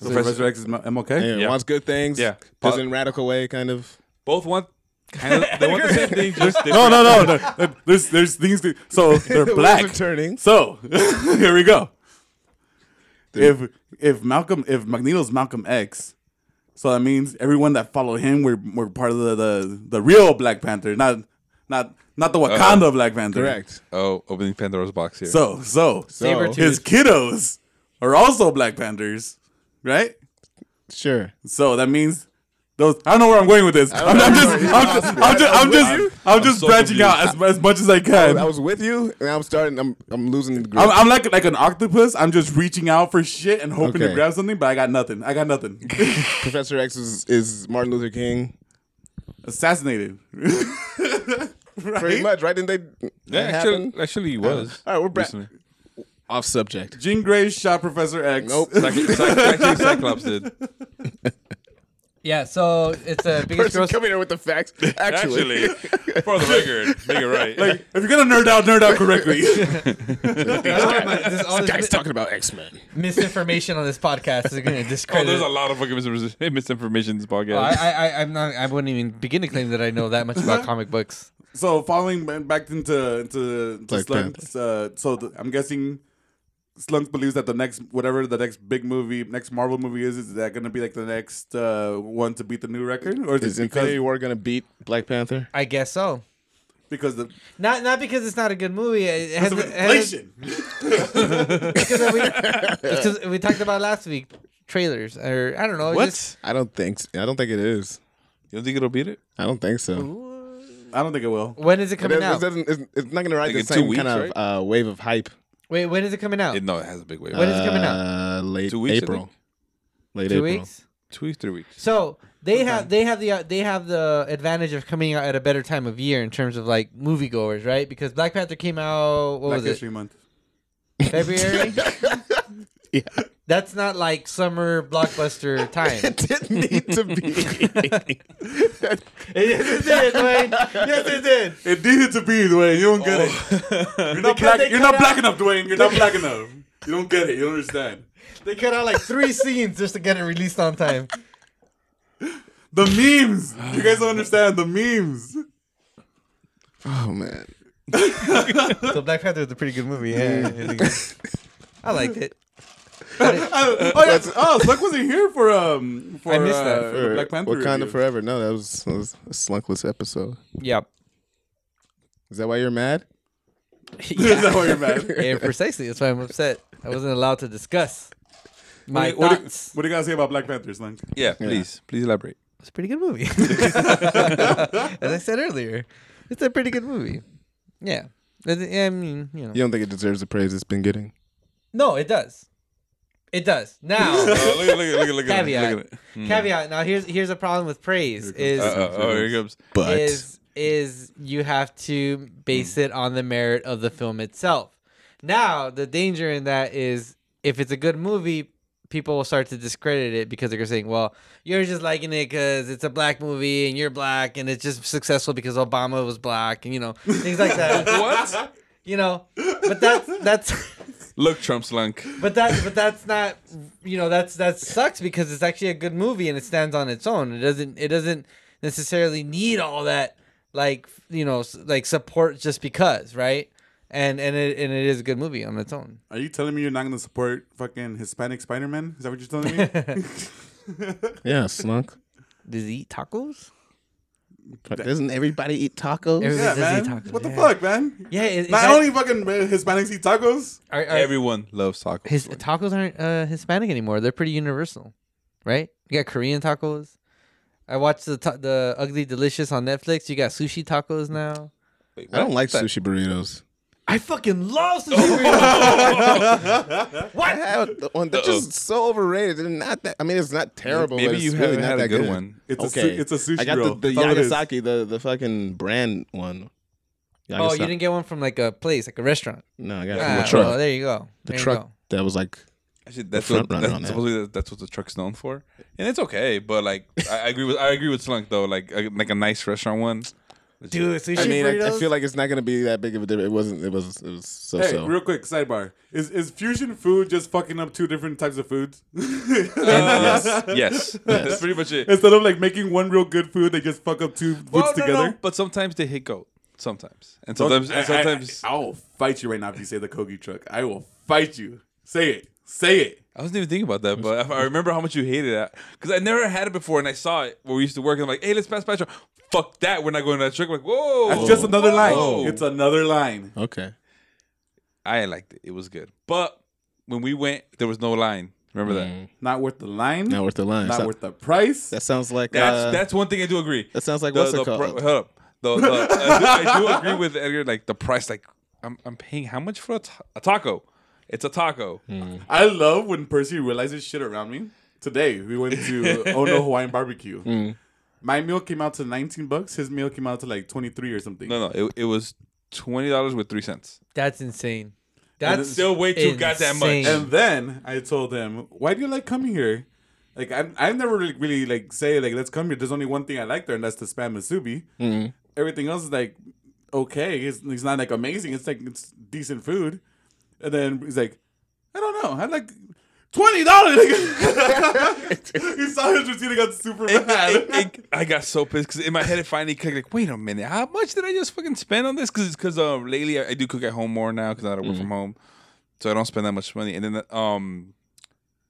S3: So Professor X is M- MLK?
S2: Yeah,
S1: Yeah.
S2: wants good things.
S1: Yeah.
S2: does it in a radical way, kind of.
S1: Both want kind of they want the same thing. Just
S3: No, no, no, no. There's there's things. that- so they're black.
S2: turning.
S3: So here we go. If if Malcolm if Magneto's Malcolm X, so that means everyone that followed him were were part of the the, the real Black Panther, not not not the Wakanda Black Panther.
S2: Correct.
S1: Oh, opening Pandora's box here.
S3: So so
S4: Saber
S3: his kiddos are also Black Panthers, right?
S2: Sure.
S3: So that means those. I don't know where I'm going with this. I'm, I'm just, I'm just, I'm just, I'm just, I'm just,
S1: so
S3: branching out as, as much as I can.
S2: I was with you, and I'm starting. I'm I'm losing the
S3: I'm,
S2: group.
S3: I'm like like an octopus. I'm just reaching out for shit and hoping to
S2: Okay.
S3: grab something, but I got nothing. I got nothing.
S2: Professor X is, is Martin Luther King.
S3: Assassinated.
S2: Pretty
S3: right?
S2: much, right? Didn't they?
S1: yeah,
S2: that
S1: actually,
S2: happen?
S1: actually, he was.
S2: All right, we're back.
S1: recently.
S2: Off subject.
S3: Jean Grey shot Professor X.
S2: Nope.
S1: Cyc- cyc- Actually, Cyclops did.
S4: Yeah, so it's the biggest
S2: Person
S4: gross.
S2: coming here with the facts. Actually,
S5: Actually, for the record, make it right.
S3: Like, if you're gonna nerd out, nerd out correctly.
S4: This, all
S2: this
S4: this
S2: guy's
S4: mi-
S2: talking about X Men.
S4: misinformation on this podcast is going to
S5: oh,
S4: discredit.
S5: there's a lot of fucking mis- misinformation in this podcast.
S4: Oh, I, I, I, I'm not. I wouldn't even begin to claim that I know that much about comic books.
S3: so following ba- back into into, into
S2: Black
S3: Slunk, uh, so th- I'm guessing Slunk believes that the next whatever the next big movie, next Marvel movie is, is that gonna be like the next uh, one to beat the new record, or is
S2: Is
S3: it because,
S2: Infinity War gonna beat Black Panther?
S4: I guess so.
S3: because the
S4: Not not because it's not a good movie. It has,
S3: because of
S4: it has,
S3: inflation?
S4: because we, because we talked about last week trailers or I don't know.
S1: what?
S4: Just,
S2: I don't think. s- I don't think it is.
S1: you don't think it'll beat it?
S2: I don't think so.
S3: I don't think it will.
S4: when is it
S2: It
S4: coming
S2: doesn't- it
S4: out?
S2: doesn't- it's, it's not gonna ride
S1: Like
S2: the
S1: in two
S2: same
S1: weeks,
S2: kind of uh, wave of hype.
S4: Wait, when is it coming out?
S1: It- no, it has a big wave.
S4: When is it coming out?
S2: Uh, late
S1: Two weeks, I
S2: April.
S1: think.
S2: Late
S4: Two
S2: April.
S4: weeks.
S1: Two weeks, three weeks.
S4: So they have they have the uh, they have the advantage of coming out at a better time of year in terms of like moviegoers, right? Because Black Panther came out what
S3: Black
S4: was it?
S3: History Month.
S4: February. That's not like summer blockbuster time.
S2: It didn't need to be.
S4: yes, it did, Dwayne. Yes, it did.
S3: It needed to be Dwayne. You don't get it. You're not black.
S4: Oh. they
S3: You're not
S4: cut
S3: black enough, Dwayne. You're not black enough. You don't get it. You don't understand.
S4: They cut out like three scenes just to get it released on time.
S3: The memes. You guys don't understand the memes.
S2: Oh man.
S4: So Black Panther is a pretty good movie. Yeah, I liked it.
S3: I- oh, yeah. oh, Slug wasn't here for um for
S4: I missed that.
S3: uh,
S2: For
S3: Black Panther.
S2: Wakanda
S3: review.
S2: Forever. No, that was, that was a slunkless episode.
S4: Yep.
S2: Is that why you're mad?
S3: Is that why you're mad?
S4: Yeah, precisely. That's why I'm upset. I wasn't allowed to discuss my
S3: Wait, what, do,
S4: thoughts.
S3: what do you guys say about Black Panther, Slug?
S1: Yeah, please, please elaborate.
S4: It's a pretty good movie. As I said earlier, it's a pretty good movie. Yeah. I thi- I mean, you know.
S2: You don't think it deserves the praise it's been getting?
S4: No, it does. It does. Now,
S1: Oh, look, at- look, at- look, at- look, at it,
S4: caveat.
S1: look at it.
S4: caveat. Now, here's here's a problem with praise is
S1: Uh, uh, oh, here it comes.
S2: But
S4: is is you have to base it on the merit of the film itself. Now, the danger in that is if it's a good movie, people will start to discredit it because they're saying, "Well, you're just liking it because it's a black movie and you're black and it's just successful because Obama was black and you know things like that."
S1: What?
S4: You know, but that's that's.
S1: Look, Trump slunk.
S4: But that, but that's not, you know, that's that sucks because it's actually a good movie and it stands on its own. It doesn't, it doesn't necessarily need all that, like you know, s- like support just because, right? And and it and it is a good movie on its own.
S3: Are you telling me you're not gonna support fucking Hispanic Spider Man? Is that what you're telling me?
S2: yeah, slunk.
S4: Does he eat tacos?
S2: But doesn't everybody eat tacos?
S4: Every-
S3: yeah,
S4: Does he
S3: man.
S4: talk to
S3: What the
S4: them?
S3: fuck, man?
S4: Yeah, is, is
S3: Not
S4: that-
S3: only fucking uh, Hispanics eat tacos.
S4: are, are-
S1: Everyone loves tacos.
S4: his tacos aren't uh, Hispanic anymore. They're pretty universal, right? You got Korean tacos. I watched the ta- the Ugly Delicious on Netflix. You got sushi tacos now.
S2: I don't like sushi burritos.
S4: I fucking love sushi.
S2: I have the one that's just so overrated. They're not that. I mean, it's not terrible.
S1: Maybe
S2: but it's
S1: you
S2: really
S1: haven't
S2: not
S1: had
S2: that
S1: a good one.
S3: It's
S2: okay,
S3: a su- it's a sushi
S2: I got
S3: roll.
S2: the, the
S3: That's all it is.
S2: Yagasaki, the the fucking brand one.
S4: oh, you didn't get one from like a place, like a restaurant.
S2: No, I got it
S4: Ah,
S2: from the
S4: well,
S2: truck.
S4: there you go.
S2: the
S4: There you
S2: truck
S4: go.
S2: that was like
S1: Actually, that's
S2: front
S1: what
S2: runner
S1: that's,
S2: on that.
S1: supposedly that- that's what the truck's known for, and it's okay. But like, I I agree with I agree with Slunk though. Like, a, like a nice restaurant one.
S4: Dude, sushi
S2: I mean, I, I
S4: burritos?
S2: feel like it's not gonna be that big of a difference. It wasn't. It was. It was so
S3: Hey,
S2: so.
S3: real quick sidebar: is is fusion food just fucking up two different types of foods?
S1: yes, yes, that's pretty much it.
S3: Instead of like making one real good food, they just fuck up two foods
S1: Well, no, no,
S3: together.
S1: But sometimes they hit goat. Sometimes and
S3: Don't-
S1: sometimes
S3: I-
S1: and
S3: I- I-
S1: sometimes I,
S3: I, will fight you right now if you say the Kogi truck. I will fight you. Say it. Say it.
S1: wasn't even thinking about that, but I, I remember how much you hated that because I never had it before, and I saw it where we used to work, and I'm like, hey, let's pass by the truck. Fuck that, we're not going to that truck. like, whoa,
S3: That's just another line.
S1: Whoa.
S3: It's another line.
S2: Okay.
S1: I liked it. It was good, but when we went, there was no line. Remember that.
S3: Not worth the line.
S2: Not worth the line.
S3: Not
S2: So-
S3: worth the price.
S2: that sounds like.
S1: That's
S2: uh,
S1: that's one thing I do agree.
S2: that sounds like
S1: the,
S2: what's it
S1: the
S2: called?
S1: pri- hold up. The, the, I, do, I do agree with Edgar. Like the price, like I'm, I'm paying how much for a, ta- a taco? It's a taco.
S3: I love when Percy realizes shit around me. Today we went to Ono Hawaiian Barbecue.
S1: Mm.
S3: My meal came out to 19 bucks. His meal came out to like 23 or something.
S1: No, no, it, it was twenty dollars with three cents.
S4: That's insane.
S3: it's
S4: That's
S1: still way too goddamn much.
S4: insane.
S3: And then I told him, "Why do you like coming here?" Like I, I never really, really like say like let's come here. There's only one thing I like there, and that's the spam masubi.
S1: Mm-hmm.
S3: Everything else is like okay. It's, it's not like amazing. It's like it's decent food. And then he's like, I don't know. I like twenty dollars. he saw his receipt and got super
S1: It-
S3: mad.
S1: it- I got so pissed because in my head it finally clicked. Like, wait a minute, how much did I just fucking spend on this? Because because um lately I, I do cook at home more now because I
S4: Mm-hmm.
S1: work from home, so I don't spend that much money. And then um,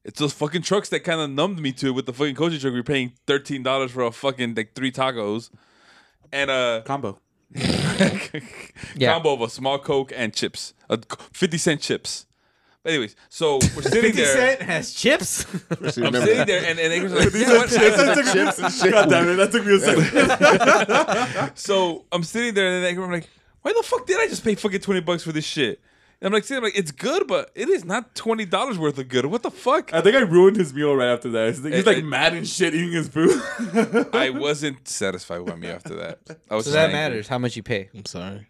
S1: it's those fucking trucks that kind of numbed me to it with the fucking coaching truck. We're paying thirteen dollars for a fucking like three tacos, and uh
S3: Combo.
S4: Yeah.
S1: combo of a small coke and chips, a c- fifty cent chips. But anyways, so we're sitting
S4: 50
S1: there.
S4: Cent has chips.
S2: So you
S1: I'm
S2: remember
S1: sitting
S2: that?
S1: there, and, and Anchor's like, "You know what? I-
S3: That took me- God damn it! That took me a second.
S1: So I'm sitting there and then I'm like, why the fuck did I just pay fucking twenty bucks for this shit? And I'm like, sitting there, like it's good, but it is not twenty dollars worth of good. What the fuck?
S3: I think I ruined his meal right after that. He's like, he's
S1: Eh, eh.
S3: like mad and shit eating his food.
S1: I wasn't satisfied with my meal after that. I was
S4: so
S1: just
S4: that
S1: angry.
S4: matters how much you pay.
S2: I'm sorry.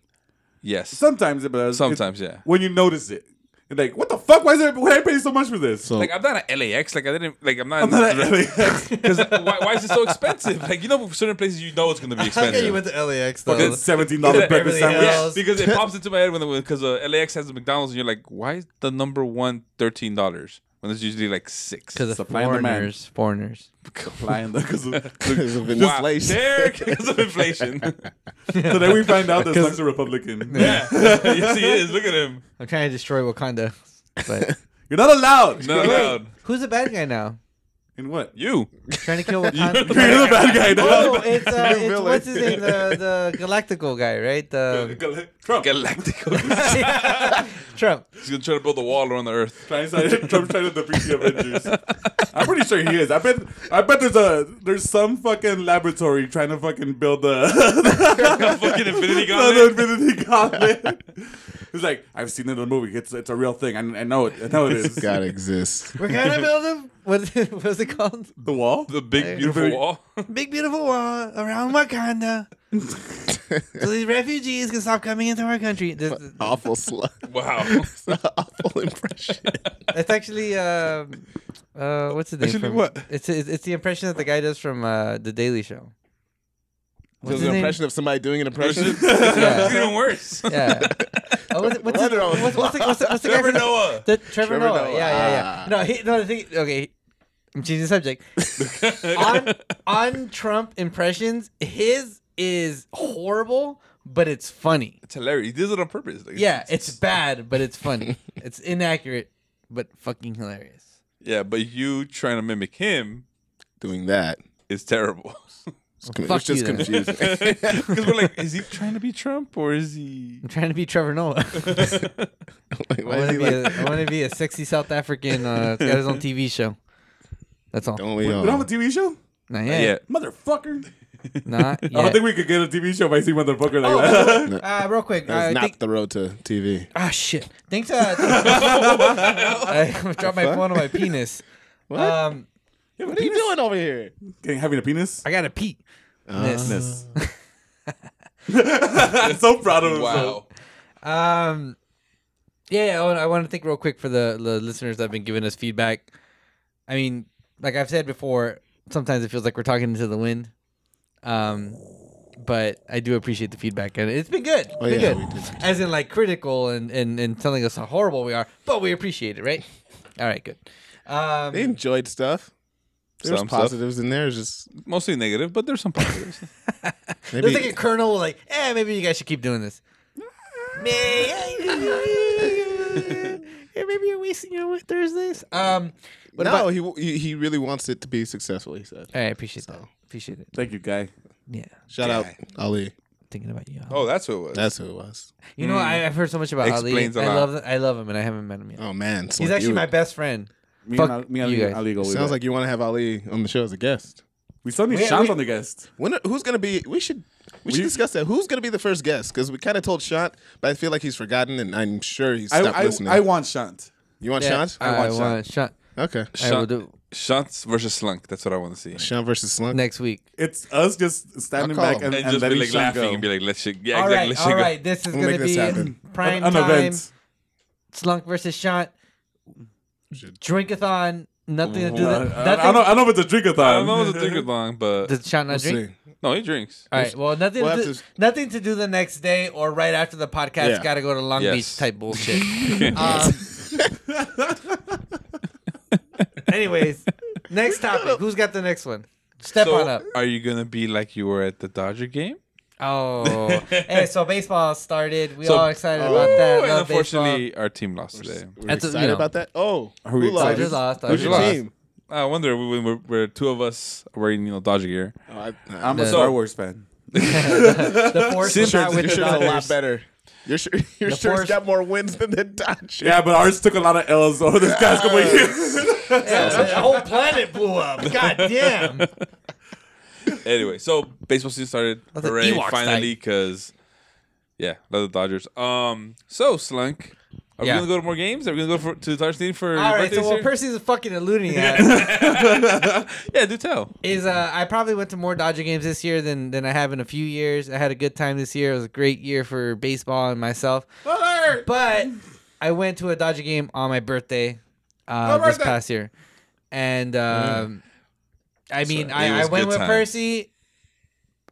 S1: Yes.
S3: Sometimes it does.
S1: Sometimes, yeah.
S3: When you notice it. You're like, what the fuck? Why is there, why I pay so much for this?
S2: So
S1: like I'm not an LAX. Like I didn't. Like I'm not.
S3: Not at LAX.
S1: Because why, why is it so expensive? Like you know, certain places you know it's gonna be expensive.
S4: to LAX
S1: though.
S3: That seventeen dollar breakfast
S4: Beverly
S3: sandwich.
S1: Yeah,
S4: Hills.
S1: because it pops into my head when because uh, LAX has the McDonald's and you're like, why is the number one thirteen dollars? when there's usually like six.
S4: because of
S3: Supply and demand.
S4: foreigners. Foreigners.
S3: Flying because
S2: because of
S1: Wow,
S2: inflation.
S1: there, because of inflation.
S3: today we find out that Snuck's a Republican.
S1: yeah, yes he is. Look at him.
S4: I'm trying to destroy Wakanda. But
S3: You're not allowed.
S1: Not allowed.
S4: who's the bad guy now?
S3: In what?
S1: You.
S4: Trying to kill Wakanda.
S3: You're the bad guy.
S4: Oh, it's, uh,
S2: New
S4: it's
S2: villain.
S4: what's his name? The the Galactical guy, right? The
S1: Oh.
S3: now. Trump.
S1: Galactico.
S4: Trump.
S1: He's gonna try to build a wall around the earth.
S3: Trump's trying to Trump's trying to defeat the Avengers. I'm pretty sure he is. I bet. I bet there's a there's some fucking laboratory trying to fucking build the
S1: fucking
S3: the
S1: Infinity Gauntlet.
S3: Infinity Gauntlet. It's like I've seen it in a movie. It's it's a real thing. I, I know it. I know it is.
S2: Gotta exist.
S4: We're gonna build him. What is it, what's it called?
S3: The wall.
S1: The big beautiful wall.
S4: Big beautiful wall around Wakanda. so these refugees can stop coming into our country. This,
S2: Awful slut.
S1: Wow.
S2: Awful impression.
S4: that's actually um, uh, what's the name?
S1: Actually
S4: from-
S1: what?
S4: It's, it's it's the impression that the guy does from uh, the Daily Show. What's
S2: There's
S4: his
S2: an
S4: name?
S2: impression of somebody doing an impression.
S1: Versus- It's even worse.
S4: Yeah. Oh, what's, what's,
S2: Wonder
S4: his-
S2: Woman.
S4: what's, what's, the- what's, the- what's the guy
S1: Trevor
S4: from-
S1: Noah.
S4: The Trevor,
S2: Trevor
S4: Noah.
S2: Noah.
S4: Yeah, yeah, yeah.
S2: Ah.
S4: No, he, no, the thing. Okay, I'm changing the subject. on, on Trump impressions, his is horrible, but it's funny.
S1: It's hilarious. He does it on purpose. Like,
S4: Yeah, it's bad, but it's funny. It's inaccurate, but fucking hilarious.
S1: Yeah, but you trying to mimic him
S2: doing that.
S1: is terrible.
S2: It's con-
S4: fuck
S2: it's just
S4: you then.
S2: confusing.
S1: Because we're like, is he trying to be Trump or is he?
S4: I'm trying to be Trevor Noah.
S2: Like,
S4: I
S2: why is
S4: want to
S2: he
S4: be,
S2: like,
S4: a, I want to be a sexy South African. Uh, got his own TV show. That's all.
S2: don't we
S3: We don't
S2: all?
S3: have a TV show,
S4: Not
S1: Yeah.
S4: yet.
S3: motherfucker.
S4: Not yet.
S3: I don't think we could get a TV show if I see motherfucker like that.
S4: Oh, uh, real quick.
S2: That
S4: Uh,
S2: is not
S4: think,
S2: the road to TV.
S4: Ah, shit. Thanks. Uh, I dropped my phone on my penis.
S2: What?
S4: Um,
S3: You have a
S2: what are you
S3: penis?
S2: doing over here?
S3: Getting- Having a penis.
S4: I got a pee.
S2: Uh,
S4: This.
S3: I'm so proud of him.
S1: Wow.
S4: Um, yeah, yeah, I want, I want to think real quick for the, the listeners that have been giving us feedback. I mean, like I've said before, sometimes it feels like we're talking into the wind. Um, but I do appreciate the feedback, and it's been good. It's
S2: Oh,
S4: been
S2: yeah, we
S4: good.
S2: did.
S4: As in, like, critical and, and, and telling us how horrible we are, but we appreciate it, right? All right, good. Um,
S2: They enjoyed stuff. There's
S1: Some stuff.
S2: positives in there. It's just
S1: Mostly negative, but there's some positives.
S2: maybe
S4: There's like a colonel like, eh, maybe you guys should keep doing this. May- Yeah, maybe you're wasting your Thursdays. Um, what
S2: no,
S4: about?
S2: he, w- he he really wants it to be successful. He said.
S4: I appreciate that. Appreciate it.
S3: Thank you, guy.
S4: Yeah,
S2: Shout out Ali.
S4: thinking about you.
S1: Oh, that's what it was.
S2: That's who it was.
S4: you know, I, I've heard so much about
S1: Explains a
S4: Ali. I
S1: lot.
S4: love, I love him, and I haven't met him yet.
S2: Oh man, it's
S4: He's
S2: like
S4: actually
S2: you.
S4: my best friend.
S3: Me
S4: Fuck
S3: and Ali, me and
S4: you
S3: Ali,
S4: guys.
S3: Ali go way
S2: Sounds
S3: back.
S2: like you want to have Ali on the show as a guest.
S3: we still need
S4: We-
S3: Sean
S4: we-
S3: on the guest.
S2: When who's gonna be? We should we should
S3: We-
S2: discuss that. Who's gonna be the first guest? Because we kind of told Shant, but I feel like he's forgotten, and I'm sure he's
S3: I,
S2: stopped
S3: I,
S2: listening.
S3: I want Shant.
S2: you want
S4: Yeah,
S2: Shant?
S4: I want shot.
S2: Okay,
S4: I will
S1: Shunt,
S4: do
S1: Shunts versus Slunk. That's what I want to see.
S2: Shant versus Slunk.
S4: next week.
S3: It's us just standing
S2: I'll call
S3: back
S2: him.
S3: and,
S1: And,
S3: and
S1: just be
S3: letting
S1: like
S3: Sean
S1: laughing
S3: go.
S1: and be like, let's shit. Yeah,
S4: all
S1: exactly.
S4: right,
S1: let's
S4: all
S1: shit go.
S4: right. This is
S2: We'll
S4: gonna
S2: make this
S4: be
S2: happen.
S4: prime
S3: An
S4: time.
S3: event.
S4: Slunk versus shot. Drinkathon. Nothing to do.
S3: Uh,
S4: That,
S3: I-
S4: nothing.
S3: I, don't, I don't know if it's a drinkathon.
S1: I don't know if it's a drink long, but
S4: Does shot not drink?
S1: no, he drinks.
S4: All right. Well, nothing,
S2: We'll
S4: to,
S2: have to-
S4: nothing to do the next day or right after the podcast.
S2: Yeah.
S4: Got to go to Long
S1: Yes.
S4: Beach type bullshit. um, anyways, next topic. Who's got the next one? Step on
S1: So,
S4: up.
S1: are you gonna be like you were at the Dodger game?
S4: Oh, hey. So baseball started. We
S1: So-
S4: all excited about that.
S1: Ooh, and
S4: Love
S1: unfortunately, our team lost today.
S2: We're
S4: That's a-
S2: excited
S4: you know.
S2: about that. Oh,
S3: Are we
S2: who lost?
S4: baseball. Dodgers lost.
S2: Who's
S4: Dodgers
S2: your
S1: lost.
S2: team?
S1: I wonder when we're, we're two of us wearing you know Dodger gear.
S2: Oh, I,
S3: I'm a
S4: So-
S3: Star Wars fan.
S4: lost. The force
S2: your
S4: was
S2: shirt's,
S4: not with
S2: your
S4: the
S2: shirt's a lot
S4: Dodgers.
S2: better. Your, shir- your
S4: The
S2: shirt's
S4: force-
S2: got more wins than the Dodgers.
S3: Yeah, but ours took a lot of L's over this past couple of years.
S4: Yeah, the whole planet blew up. God damn.
S1: Anyway, so baseball season started.
S4: an
S1: Hooray!
S4: Ewok
S1: Finally, because yeah, love the Dodgers. Um, so Slunk, are
S4: Yeah.
S1: we gonna go to more games? Are we gonna go for, to the Dodgers team for?
S4: All
S1: your
S4: right.
S1: birthday
S4: So
S1: this
S4: what
S1: year?
S4: Percy's fucking alluding at
S1: yeah, do tell.
S4: is uh, I probably went to more Dodger games this year than than I have in a few years. I had a good time this year. It was a great year for baseball and myself. But I went to a Dodger game on my birthday uh, this past year,
S1: Mm.
S4: and um, I mean,
S1: So it
S4: I, I
S1: was
S4: went
S1: good
S4: with
S1: time.
S4: Percy.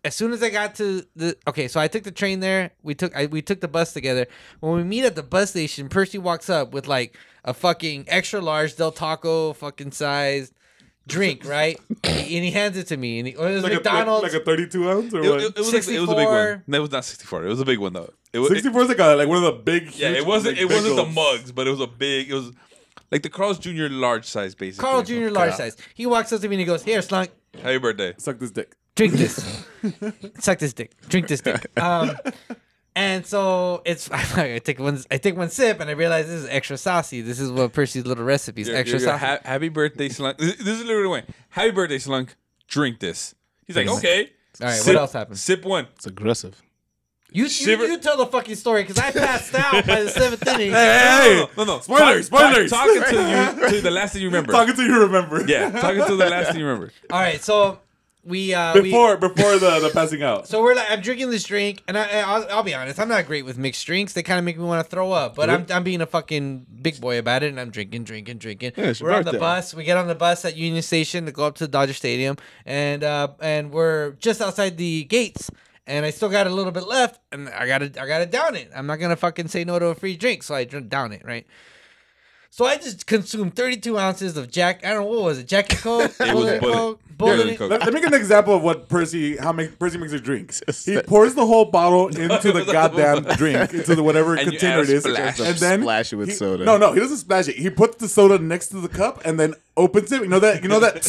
S4: as soon as I got to the okay, so I took the train there. We took I, we took the bus together. When we meet at the bus station, Percy walks up with like a fucking extra large Del Taco fucking sized drink, right? and he hands it to me, and he, oh, it was
S3: Like
S4: McDonald's.
S3: A, like, like a 32 ounce or
S1: It,
S3: what?
S1: it- it was like, it was a big
S4: 64.
S1: one. No, it was not 64. It was a big one though. It, was.
S3: 64 is like, a, like one of the big.
S1: yeah,
S3: huge,
S1: it wasn't.
S3: like,
S1: It wasn't the
S3: bagels.
S1: mugs, but it was a big. It was like the Carl's Jr. large size, basically.
S4: Carl Jr. large size. He walks up to me and he goes, "Here, slunk,
S1: Happy birthday.
S3: Suck this dick.
S4: drink this, suck this dick, drink this dick." Um, and so it's I take one I take one sip and I realize this is extra saucy. This is what Percy's little recipes
S1: You're-
S4: extra
S1: you're gonna
S4: saucy.
S1: ha- happy birthday, Slunk. This this is literally went. Happy birthday, Slunk. Drink this. He's like, okay.
S4: All right,
S1: Sip-
S4: what else happened?
S1: Sip one.
S2: It's aggressive.
S4: You, you,
S1: Shiver-
S4: you tell the fucking story because I passed out by the seventh inning.
S1: No, no, no, no.
S3: Spoilers,
S1: Talk-
S3: spoilers.
S1: Talk, talking to you to the last thing you remember.
S3: Talk until you remember.
S1: yeah, talking to the last thing you remember.
S4: All right, so we uh, we-
S3: Before before the, the passing out.
S4: so we're like, I'm drinking this drink, and I, I- I'll, I'll be honest, I'm not great with mixed drinks. They kind of make me want to throw up, but I'm, I'm being a fucking big boy about it, and I'm drinking, drinking, drinking.
S2: Yeah, it's your
S4: we're on the
S2: birthday.
S4: bus. We get on the bus at Union Station to go up to Dodger Stadium, and uh, and we're just outside the gates. And I still got a little bit left, and I gotta, I gotta down it. I'm not gonna fucking say no to a free drink, so I drink down it, right? So I just consumed 32 ounces of Jack. I don't know what was it, Jack and Coke, it
S1: was Bullet.
S4: Bullet,
S1: Bullet
S4: and-
S1: Coke.
S3: Let, let me give an example of what Percy how make, Percy makes a drink. He pours the whole bottle into the goddamn drink, into the whatever
S1: And you
S3: container
S1: add
S3: it
S1: a
S3: is,
S1: splash.
S3: and then
S2: Splash it with
S3: he-
S2: soda.
S3: No, no, he doesn't splash it. He puts the soda next to the cup and then opens it. You know that. You know that.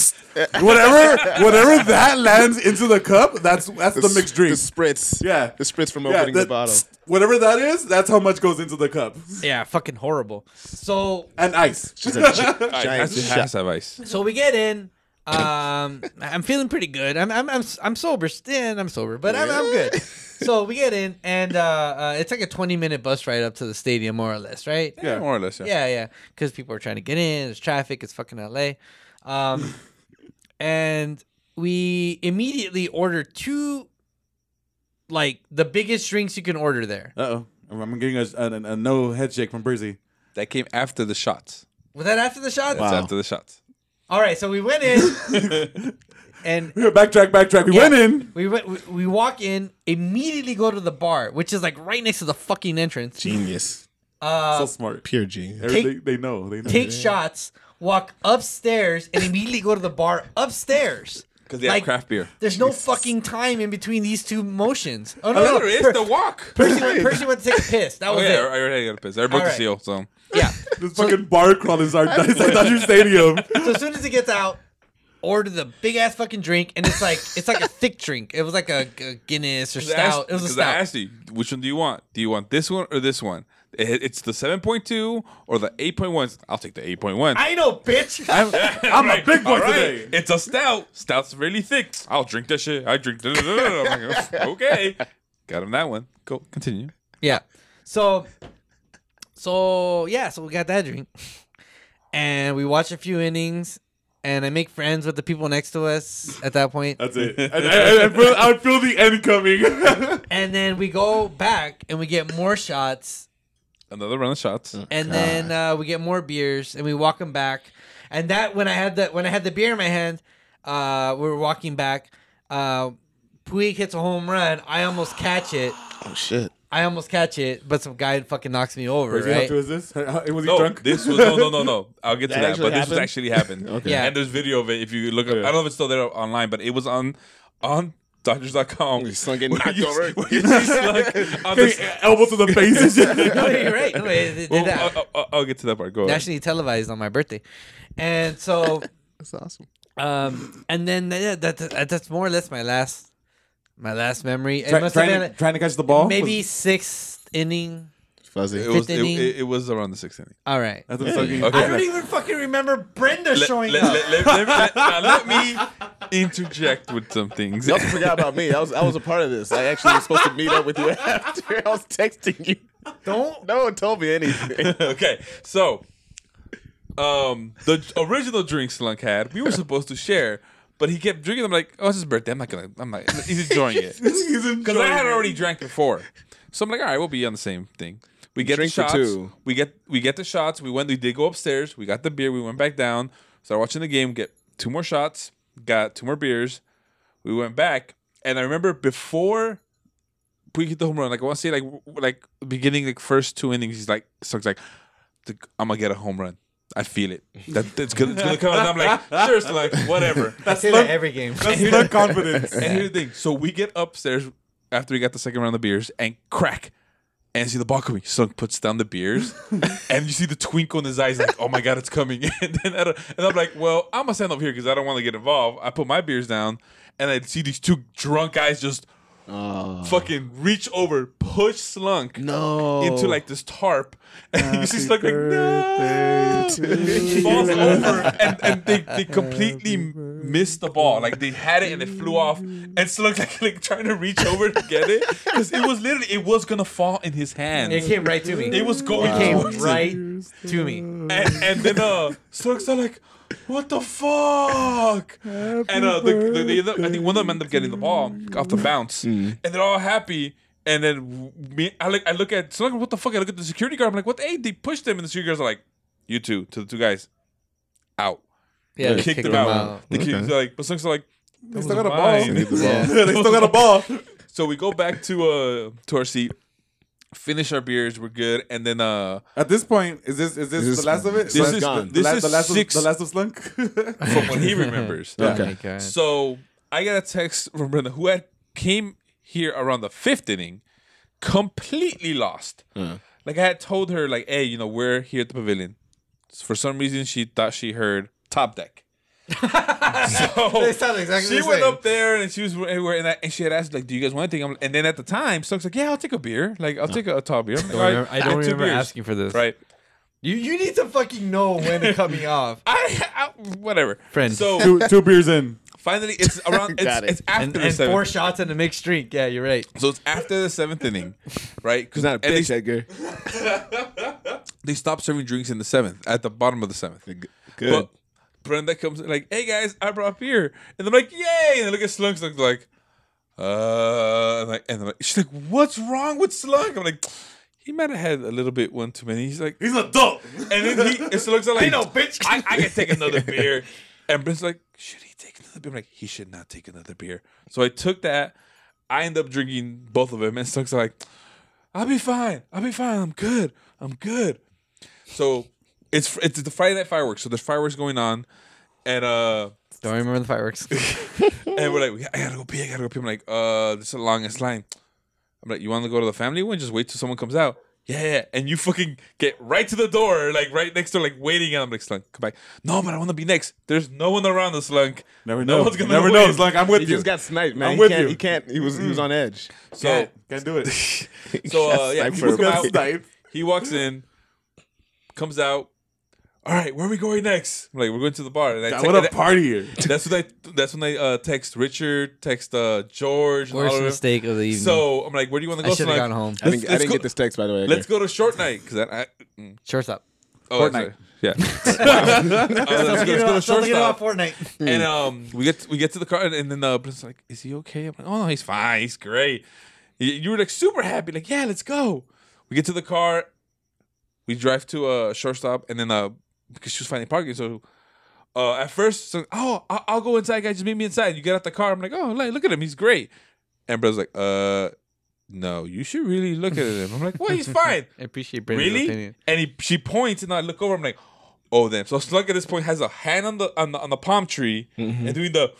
S3: whatever, whatever that lands into the cup, that's that's the, mixed drink.
S2: The spritz.
S3: Yeah.
S2: The spritz from opening the
S3: that-
S2: bottle.
S3: Whatever that is, that's how much goes into the cup
S4: Yeah, fucking horrible. So
S3: and ice.
S1: Has to, has to have ice.
S4: so we get in. Um, I'm feeling pretty good. I'm I'm I'm, I'm sober. Still, I'm sober, but I'm, I'm good. So we get in, and uh, uh, it's like a 20 minute bus ride up to the stadium, more or less, right?
S1: Yeah, more or less. Yeah.
S4: yeah, yeah. Because people are trying to get in. There's traffic. It's fucking LA. Um, and we immediately order two, like the biggest drinks you can order there.
S3: Uh oh, I'm getting a, a, a no head shake from Percy.
S1: That came after the shots.
S4: Was that after the shot?
S1: That's after the shots.
S4: All right, so we went in, and
S3: We backtrack, backtrack. We
S4: Yeah.
S3: went in.
S4: We went. We, we walk in immediately. Go to the bar, which is like right next to the fucking entrance.
S2: Genius.
S1: Uh,
S3: so smart.
S2: Pure genius.
S3: Everything they know. They know.
S4: Take shots. Walk upstairs and immediately go to the bar upstairs.
S1: Because they have
S4: Like-
S1: craft beer.
S4: There's no fucking time in between these two motions. Oh no,
S1: No,
S4: no,
S1: there is
S4: Per-
S1: the walk.
S4: Percy, went, Percy went to take a piss. That
S1: Oh,
S4: was
S1: yeah, I
S4: it.
S1: already got a piss. I broke the
S4: Alright.
S1: seal, so.
S4: Yeah.
S3: This fucking bar crawl is our is our Dodger Stadium.
S4: So as soon as he gets out, order the big ass fucking drink, and it's like it's like a thick drink. It was like a, a Guinness or stout. It was a
S1: Because I
S4: stout.
S1: asked you, which one do you want? Do you want this one or this one? It- It's the 7.2 or the 8.1. I'll take the 8.1.
S4: I know, bitch.
S3: I'm, I'm a big boy
S1: All right,
S3: today.
S1: It's a stout. Stout's really thick. I'll drink that shit. I drink. I'm like, okay. Got him that one. Go continue.
S4: Yeah. So, so yeah, so we got that drink, and we watch a few innings, and I make friends with the people next to us at that point,
S3: That's it. And I, I, I, feel, I feel the end coming.
S4: and then we go back and we get more shots,
S1: Another round of shots.
S4: and then uh, we get more beers, and we walk them back, and that when I had that when I had the beer in my hand, uh, we were walking back. Uh, Puig hits a home run. I almost catch it.
S2: Oh shit.
S4: I almost catch it, but some guy fucking knocks me over.
S3: Percy, how
S4: right?
S3: true is this? How- how- Was he
S1: No,
S3: drunk?
S1: this was no, no, no, no. I'll get to
S2: That
S1: that,
S2: actually
S1: but this was
S2: happened?
S1: actually happened. okay.
S4: Yeah.
S1: And there's video of it. If you look, up, I don't know if it's still there online, but it was on on Dodgers.com.
S2: We slung it knocked
S1: You-
S2: over.
S1: you see Slug
S3: Getting
S1: on the-
S3: uh, elbow to the face and shit.
S4: no, you're right. No, they- they did
S1: Well,
S4: that.
S1: I'll, I'll- I'll get to that part. Go. ahead.
S4: nationally televised on my birthday, and so
S2: That's awesome.
S4: um and then yeah, that, that that's more or less my last my last memory. It
S3: Try-
S4: must have
S3: trying, to,
S4: been
S3: trying to catch the ball.
S4: maybe sixth inning.
S2: Fuzzy.
S1: It was
S4: Fifth
S1: it,
S4: inning.
S1: it, it was around the sixth inning.
S4: All right.
S3: That's what I'm talking
S1: Okay.
S4: I don't even fucking remember Brenda
S1: Let,
S4: showing
S1: let-
S4: up.
S1: let- let- let- let- now let me interject with some things.
S2: Y'all forgot about me. I was I was a part of this. I actually was supposed to meet up with you after. I was texting you.
S4: Don't
S2: No one told me anything.
S1: okay, so um, the original drink Slunk had, we were supposed to share, but he kept drinking. I'm like, oh, it's his birthday. I'm not gonna. I'm not. He's enjoying it because I had already drank before. So I'm like, all right, we'll be on the same thing. We get
S2: Drink
S1: the
S2: for
S1: shots.
S2: two.
S1: We get we get the shots. We went. We did go upstairs. We got the beer. We went back down. Started watching the game. Get two more shots. Got two more beers. We went back. And I remember before Puig hit the home run, like I want to say, like w- like beginning like first two innings, he's like, Stokes like, "Th- I'm gonna get a home run. I feel it. That it's gonna, it's gonna come. And I'm like, sure, it's like whatever.
S4: That's that every game.
S3: Slug confidence.
S1: And here's the thing. So we get upstairs after we got the second round of beers and crack. And see the ball coming. Sunk puts down the beers, and you see the twinkle in his eyes, like, "Oh my god, it's coming!" And then I don't- and I'm like, "Well, I'm gonna stand up here because I don't want to get involved." I put my beers down, and I see these two drunk guys just fucking reach over, push Slunk
S2: No.
S1: into like this tarp, and you see Slunk like, "No!"
S3: Birthday
S1: falls over and, and they, they completely missed the ball. Like they had it and it flew off. And Slug's like, like trying to reach over to get it. Because it was literally it was gonna fall in his hand.
S4: It
S1: It,
S4: came right to me.
S1: was going
S4: It came
S1: towards it.
S4: right to me.
S1: And, and then uh Slug's are like, what the fuck? and uh the, the, the, other- I think one of them ended up getting the ball off the bounce. And they're all happy. And then w- me, I look, I look at Slug. What the fuck? I look at the security guard. I'm like, what? Hey, they pushed him, and the security guards are like, you two, to the two guys, out
S4: Yeah,
S1: kicked, him out. They kicked him like, but Sunk's like, they still got a
S2: Need the
S1: ball.
S2: ball.
S3: they still got a ball.
S1: so we go back to uh to our seat, finish our beers, we're good, and then uh
S3: At this point, is this is this,
S2: Is this-
S3: the last of it?
S1: this
S2: Slug's
S1: is
S2: gone.
S1: this
S3: the,
S1: is
S3: the last
S1: six
S3: of the last of Slunk.
S1: from what he remembers.
S2: Okay.
S1: So I got a text from Brenda who had came here around the fifth inning, completely lost. Like I had told her, like, hey, you know, we're here at the pavilion. For some reason, she thought she heard top deck. so
S4: They sound exactly
S1: she
S4: the
S1: went
S4: same.
S1: up there and she was everywhere and, I, and she had asked like, "Do you guys want anything?" I'm- And then at the time, Stokes like, "Yeah, I'll take a beer. Like, I'll take a, a tall beer." I'm like, "All right,
S4: I don't
S1: two
S4: remember
S1: beers."
S4: asking for this.
S1: Right.
S4: You you need to fucking know when to cut me off.
S1: I, I whatever.
S4: Friend.
S1: So
S3: two, two beers in.
S1: finally, it's around. It's,
S2: Got it.
S1: it's after
S4: And,
S1: the
S4: and
S1: seventh.
S4: four shots and a mixed drink. Yeah, you're right.
S1: So it's after the seventh inning, right? Because
S2: Not a
S1: they,
S2: bitch, Edgar.
S1: they stopped serving drinks in the seventh, at the bottom of the seventh.
S2: Good.
S1: But Brenda comes in like, "Hey guys, I brought beer," and I'm like, "Yay!" And I look at Slunk, Slunk's like, "Uh," and like, and I'm like, she's like, "What's wrong with Slunk?" I'm like, "He might have had a little bit one too many." He's like,
S3: He's an adult.
S1: and then he and Slunk's like,
S4: know, bitch.
S1: I, I can take another beer." And Brent's like, "Should he take another beer?" I'm like, "He should not take another beer." So I took that. I end up drinking both of them, and Slunk's like, "I'll be fine. I'll be fine. I'm good. I'm good." So it's it's the Friday night fireworks. So there's fireworks going on, and uh,
S4: Don't remember the fireworks.
S1: and we're like, I gotta go pee. I gotta go pee. I'm like, uh, this is the longest line. I'm like, you want to go to the family one? Just wait till someone comes out. Yeah, yeah. and you fucking get right to the door, like right next to, like waiting. And I'm like, Slunk, come back. No, but I want to be next. There's no one around the Slunk.
S3: Never
S1: No
S3: know.
S1: one's gonna
S3: Never
S1: win.
S3: know. It's like I'm with
S2: He
S3: you.
S2: just got sniped, man.
S3: I'm
S2: he
S3: with
S2: can't,
S3: you.
S2: He can't. He was. He was on edge.
S1: So,
S3: Can't do it.
S1: so Oh, uh, yeah,
S2: Sniped
S1: people
S2: for a
S1: come out.
S2: bit.
S3: Snipe.
S1: He walks in, comes out. All right, where are we going next? I'm like, we're going to the bar. And I
S3: God,
S1: take-
S3: what a
S1: and I-
S3: partier.
S1: That's when I. That's when I uh, text Richard, text uh, George. and all
S4: Worst
S1: of them.
S4: mistake of the evening.
S1: So I'm like, where do you want to
S4: I
S1: go?
S4: should have
S1: Slunk?
S4: gone home.
S2: I didn't, I
S1: let's
S2: didn't
S1: go-
S2: get this text by the way. Edgar.
S1: Let's go to short night because I. I
S4: Shortstop.
S1: Oh,
S3: Fortnite.
S1: sorry. Yeah. Uh, let's go- let's go to shortstop.
S4: Fortnite.
S1: And um, we get we get to the car, and, and then uh, Brent's like, "Is he okay?" I'm like, "Oh no, he's fine. He's great." Y- You, were like super happy, like, "Yeah, let's go." We get to the car, we drive to a uh, shortstop, and then uh, because she was finding parking, so. Uh, at first, so, oh, I'll, I'll go inside, guys. Just meet me inside. You get out the car. I'm like, oh, like, look at him. He's great. And Brent's like, uh, no, you should really look at him. I'm like, well, he's fine.
S4: I appreciate Brandon's
S1: really?
S4: opinion.
S1: And he, she points, and I look over. I'm like, oh damn. So Slug at this point has a hand on the on the, on the palm tree
S3: Mm-hmm.
S1: and doing the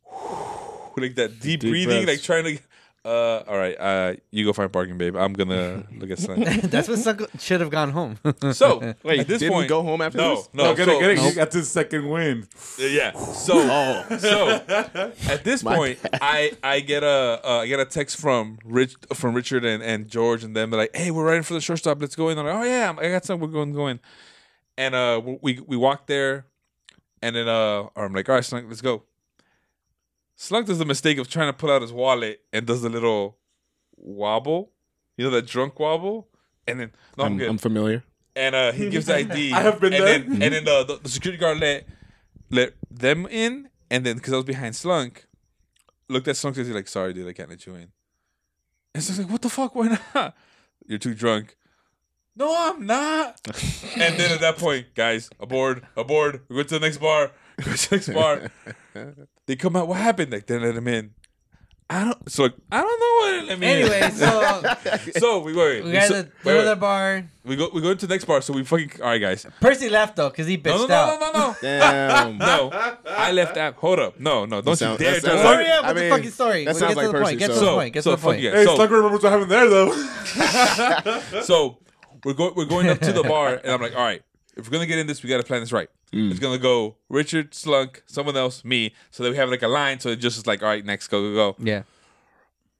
S1: like that deep, breathing, like
S2: breaths.
S1: trying to. Uh, all right, uh, you go find parking, babe. I'm gonna look at Slug.
S4: That's when Suck should have gone home.
S1: so wait, at this
S2: Didn't
S1: point,
S2: go home after
S1: no,
S2: this.
S1: no,
S3: get
S1: so,
S3: it, get it. You got his second win.
S1: yeah. So,
S2: Oh.
S1: so at this
S2: My
S1: point, I I get a uh, I get a text from Rich from Richard and, and George and them. They're like, "Hey, we're ready for the shortstop. Let's go in." I'm like, "Oh yeah, I got some. We're going going." And uh, we we walk there, and then uh, I'm like, "All right, Slunk, let's go." Slunk does the mistake of trying to pull out his wallet and does a little wobble, you know that drunk wobble, and then no, I'm,
S2: I'm,
S1: good
S2: I'm familiar.
S1: and uh, he gives the ID.
S3: I have been
S1: and
S3: there.
S1: Then, and then uh, the, the security guard let let them in, and then because I was behind Slunk, looked at Slunk and he's like, "Sorry, dude, I can't let you in." And Slunk's like, "What the fuck? Why not? You're too drunk." No, I'm not. and then at that point, guys, aboard, aboard. We go to the next bar. Go to the next bar. They come out. What happened? Like they let him in. I don't. So like, I don't know what. I mean,
S4: Anyway, so
S1: so we wait.
S4: we
S1: We,
S4: got
S1: so,
S4: to the
S1: wait, wait.
S4: other bar.
S1: we go. We go into the next bar. So we fucking. All right, guys.
S4: Percy left though because he bitched
S1: No, no, no, no,
S4: out.
S1: no, no.
S2: Damn.
S1: no, I left app. Hold up. No, no. Don't
S2: sound-
S1: you dare.
S2: that sounds
S1: tell us-
S2: like-
S4: Hurry up
S2: I
S4: with the
S2: mean,
S4: fucking story.
S2: that
S4: We'll
S2: sounds
S4: get
S2: like
S4: to the
S2: Percy,
S4: point. Get to
S2: so-
S4: the
S1: so,
S4: point. Get to
S1: so
S4: the
S1: fuck
S4: point.
S1: yeah.
S3: Hey,
S1: so,
S3: Stuck remembers what happened there though.
S1: So we're going we're going up to the bar, and I'm like, all right, if we're gonna get in this, we gotta plan this right.
S2: Mm.
S1: It's gonna go Richard, Slunk, someone else, me, so that we have like a line. So it just is like, all right, next, go, go, go.
S4: Yeah.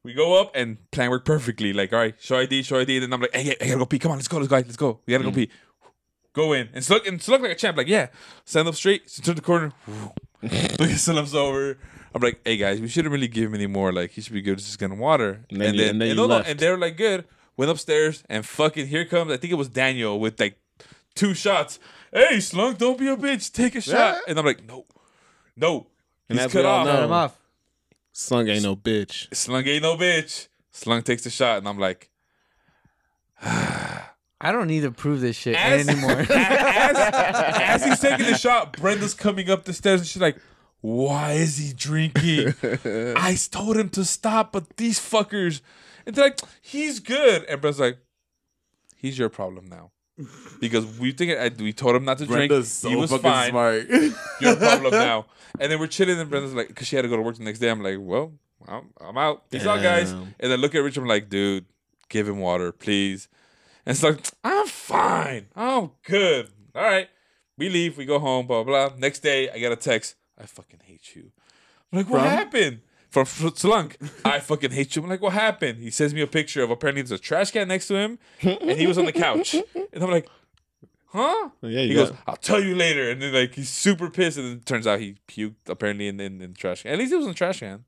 S1: We go up and plan worked perfectly. Like, all right, show ID, show ID. And then I'm like, hey, I gotta go pee. Come on, let's go, let's go, let's go. We gotta
S2: Mm.
S1: go pee. Go in and Slunk and Slunk like a champ. Like, yeah, stand up straight, turn the corner. Look at Slunk's over. I'm like, hey guys, we shouldn't really give him any more. Like, he should be good. Just getting water.
S2: And then you- and then you
S1: no, no,
S2: left.
S1: and they're like good. Went upstairs and fucking here comes. I think it was Daniel with like two shots. Hey, Slunk, don't be a bitch. Take a shot. And I'm like, no, no.
S2: And
S1: He's
S2: as
S1: cut
S2: we all
S1: off.
S2: know-
S4: Cut him off.
S2: Slung ain't no bitch.
S1: Slunk ain't no bitch. Slunk takes the shot, and I'm like,
S4: I don't need to prove this shit
S1: As-
S4: anymore.
S1: as, as he's taking the shot, Brenda's coming up the stairs, and she's like, "Why is he drinking?" I told him to stop, but these fuckers, and they're like, "He's good," and Brenda's like, "He's your problem now." Because we think I, we told him not to drink.
S3: Brenda's so
S1: he was
S3: fucking
S1: fine.
S3: smart.
S1: Your problem now. And then we're chilling, and Brenda's like, because she had to go to work the next day. I'm like, well, I'm, I'm out. Peace out, guys.
S2: Damn.
S1: And then look at Richard. I'm like, dude, give him water, please. And it's like, I'm fine. I'm good. All right. We leave. We go home. Blah blah. blah. Next day, I get a text. I fucking hate you. I'm like, what
S3: From?
S1: happened? From Fr- Slunk. I fucking hate you. I'm like, what happened? He sends me a picture of apparently there's a trash can next to him, and he was on the couch. And I'm like, huh?
S2: Yeah, you
S1: he
S2: got-
S1: goes, I'll tell you later. And then like he's super pissed, and it turns out he puked apparently in in, in the trash can. At least it was in the trash can.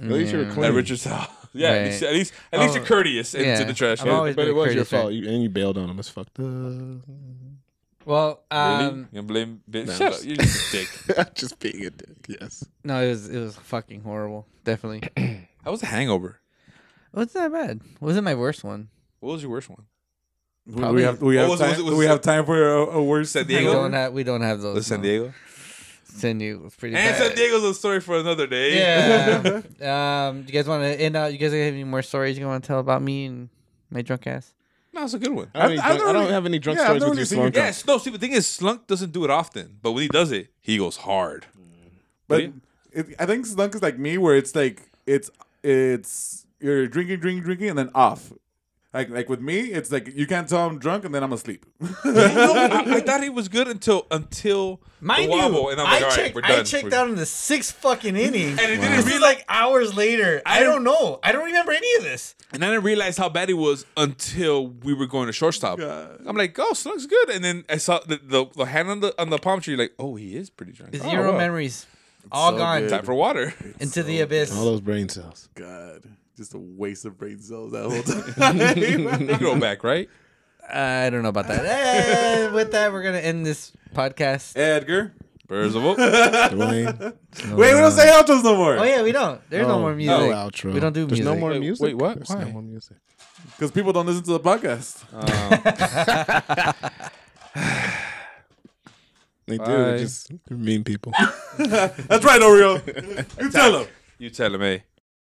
S2: At least you were
S1: At
S2: clean.
S1: Richard's house. Yeah, at least
S4: Right.
S1: at least, at least
S4: Oh,
S1: you're courteous into
S4: yeah.
S1: the trash
S4: I'm
S1: can.
S4: always-
S2: but it was your
S4: Crazy thing.
S2: fault, you, and you bailed on him. It's fucked up.
S4: well,
S1: really?
S4: um,
S1: you gonna blame bitch?
S2: no.
S1: Shut up. You're just a dick.
S2: Just being a dick. Yes.
S4: no, it was it was fucking horrible. Definitely.
S1: How was the hangover?
S4: What's that bad? Wasn't my worst one.
S1: What was your worst one?
S3: we have we have
S1: What was-
S3: time,
S1: was it- was
S3: we
S1: it-
S3: have time for a, a worse
S1: San
S4: We
S1: Diego?
S4: don't have we don't have those.
S1: Was it San
S4: no.
S1: Diego?
S4: San Diego was pretty
S1: And
S4: bad.
S1: San Diego's a story for another day.
S4: Yeah. um, you guys want to end out? You guys have any more stories you want to tell about me and my drunk ass?
S1: no, it's a good one.
S2: I don't,
S3: I've-
S2: any
S3: I've
S2: drunk- I
S3: never
S2: don't
S3: really-
S2: have any drunk
S3: yeah, I've
S2: stories
S3: never
S2: with you,
S3: really seen
S2: Slunk.
S3: you
S1: Yes, no. See, the thing is, Slunk doesn't do it often, but when he does it, he goes hard.
S3: But
S1: Yeah.
S3: it, I think Slunk is like me, where it's like it's it's you're drinking, drinking, drinking, and then off. Like like with me, it's like you can't tell I'm drunk, and then I'm asleep.
S1: No, I, I thought he was good until until
S4: Mind
S1: the wobble,
S4: you,
S1: and I'm
S4: I
S1: like, all right,
S4: checked.
S1: we're
S4: I
S1: done.
S4: checked
S1: We're-
S4: out in the sixth fucking inning.
S1: And it didn't
S4: this
S1: realize-
S4: is like hours later. I,
S1: I
S4: don't know. I don't remember any of this.
S1: And I didn't realize how bad he was until we were going to shortstop. I'm like, oh, Slug's good. And then I saw the, the, the hand on the on the palm tree, like, oh, he is pretty drunk.
S4: Zero
S1: Oh, wow.
S4: memories, all
S3: so
S4: gone
S3: good.
S1: Time for water.
S4: into the abyss.
S2: All those brain cells.
S3: God, just a waste of brain cells that whole time.
S1: They grow back, right?
S4: Uh, I don't know about that. and with that, we're gonna end this podcast.
S3: Edgar,
S1: Percival.
S2: Dwayne.
S1: Oh,
S3: wait, we don't say outros no more
S4: Oh yeah, we don't. There's no
S2: Oh,
S4: more music.
S2: No outro.
S4: We don't do
S2: There's no
S4: music.
S2: more
S1: Wait,
S2: music.
S1: wait, what?
S2: There's
S1: Why?
S2: no more music.
S3: because people don't listen to the podcast.
S2: They do.
S1: Bye.
S2: They're just they're mean people.
S3: That's right, Oreo. You tell them.
S1: you tell him, hey.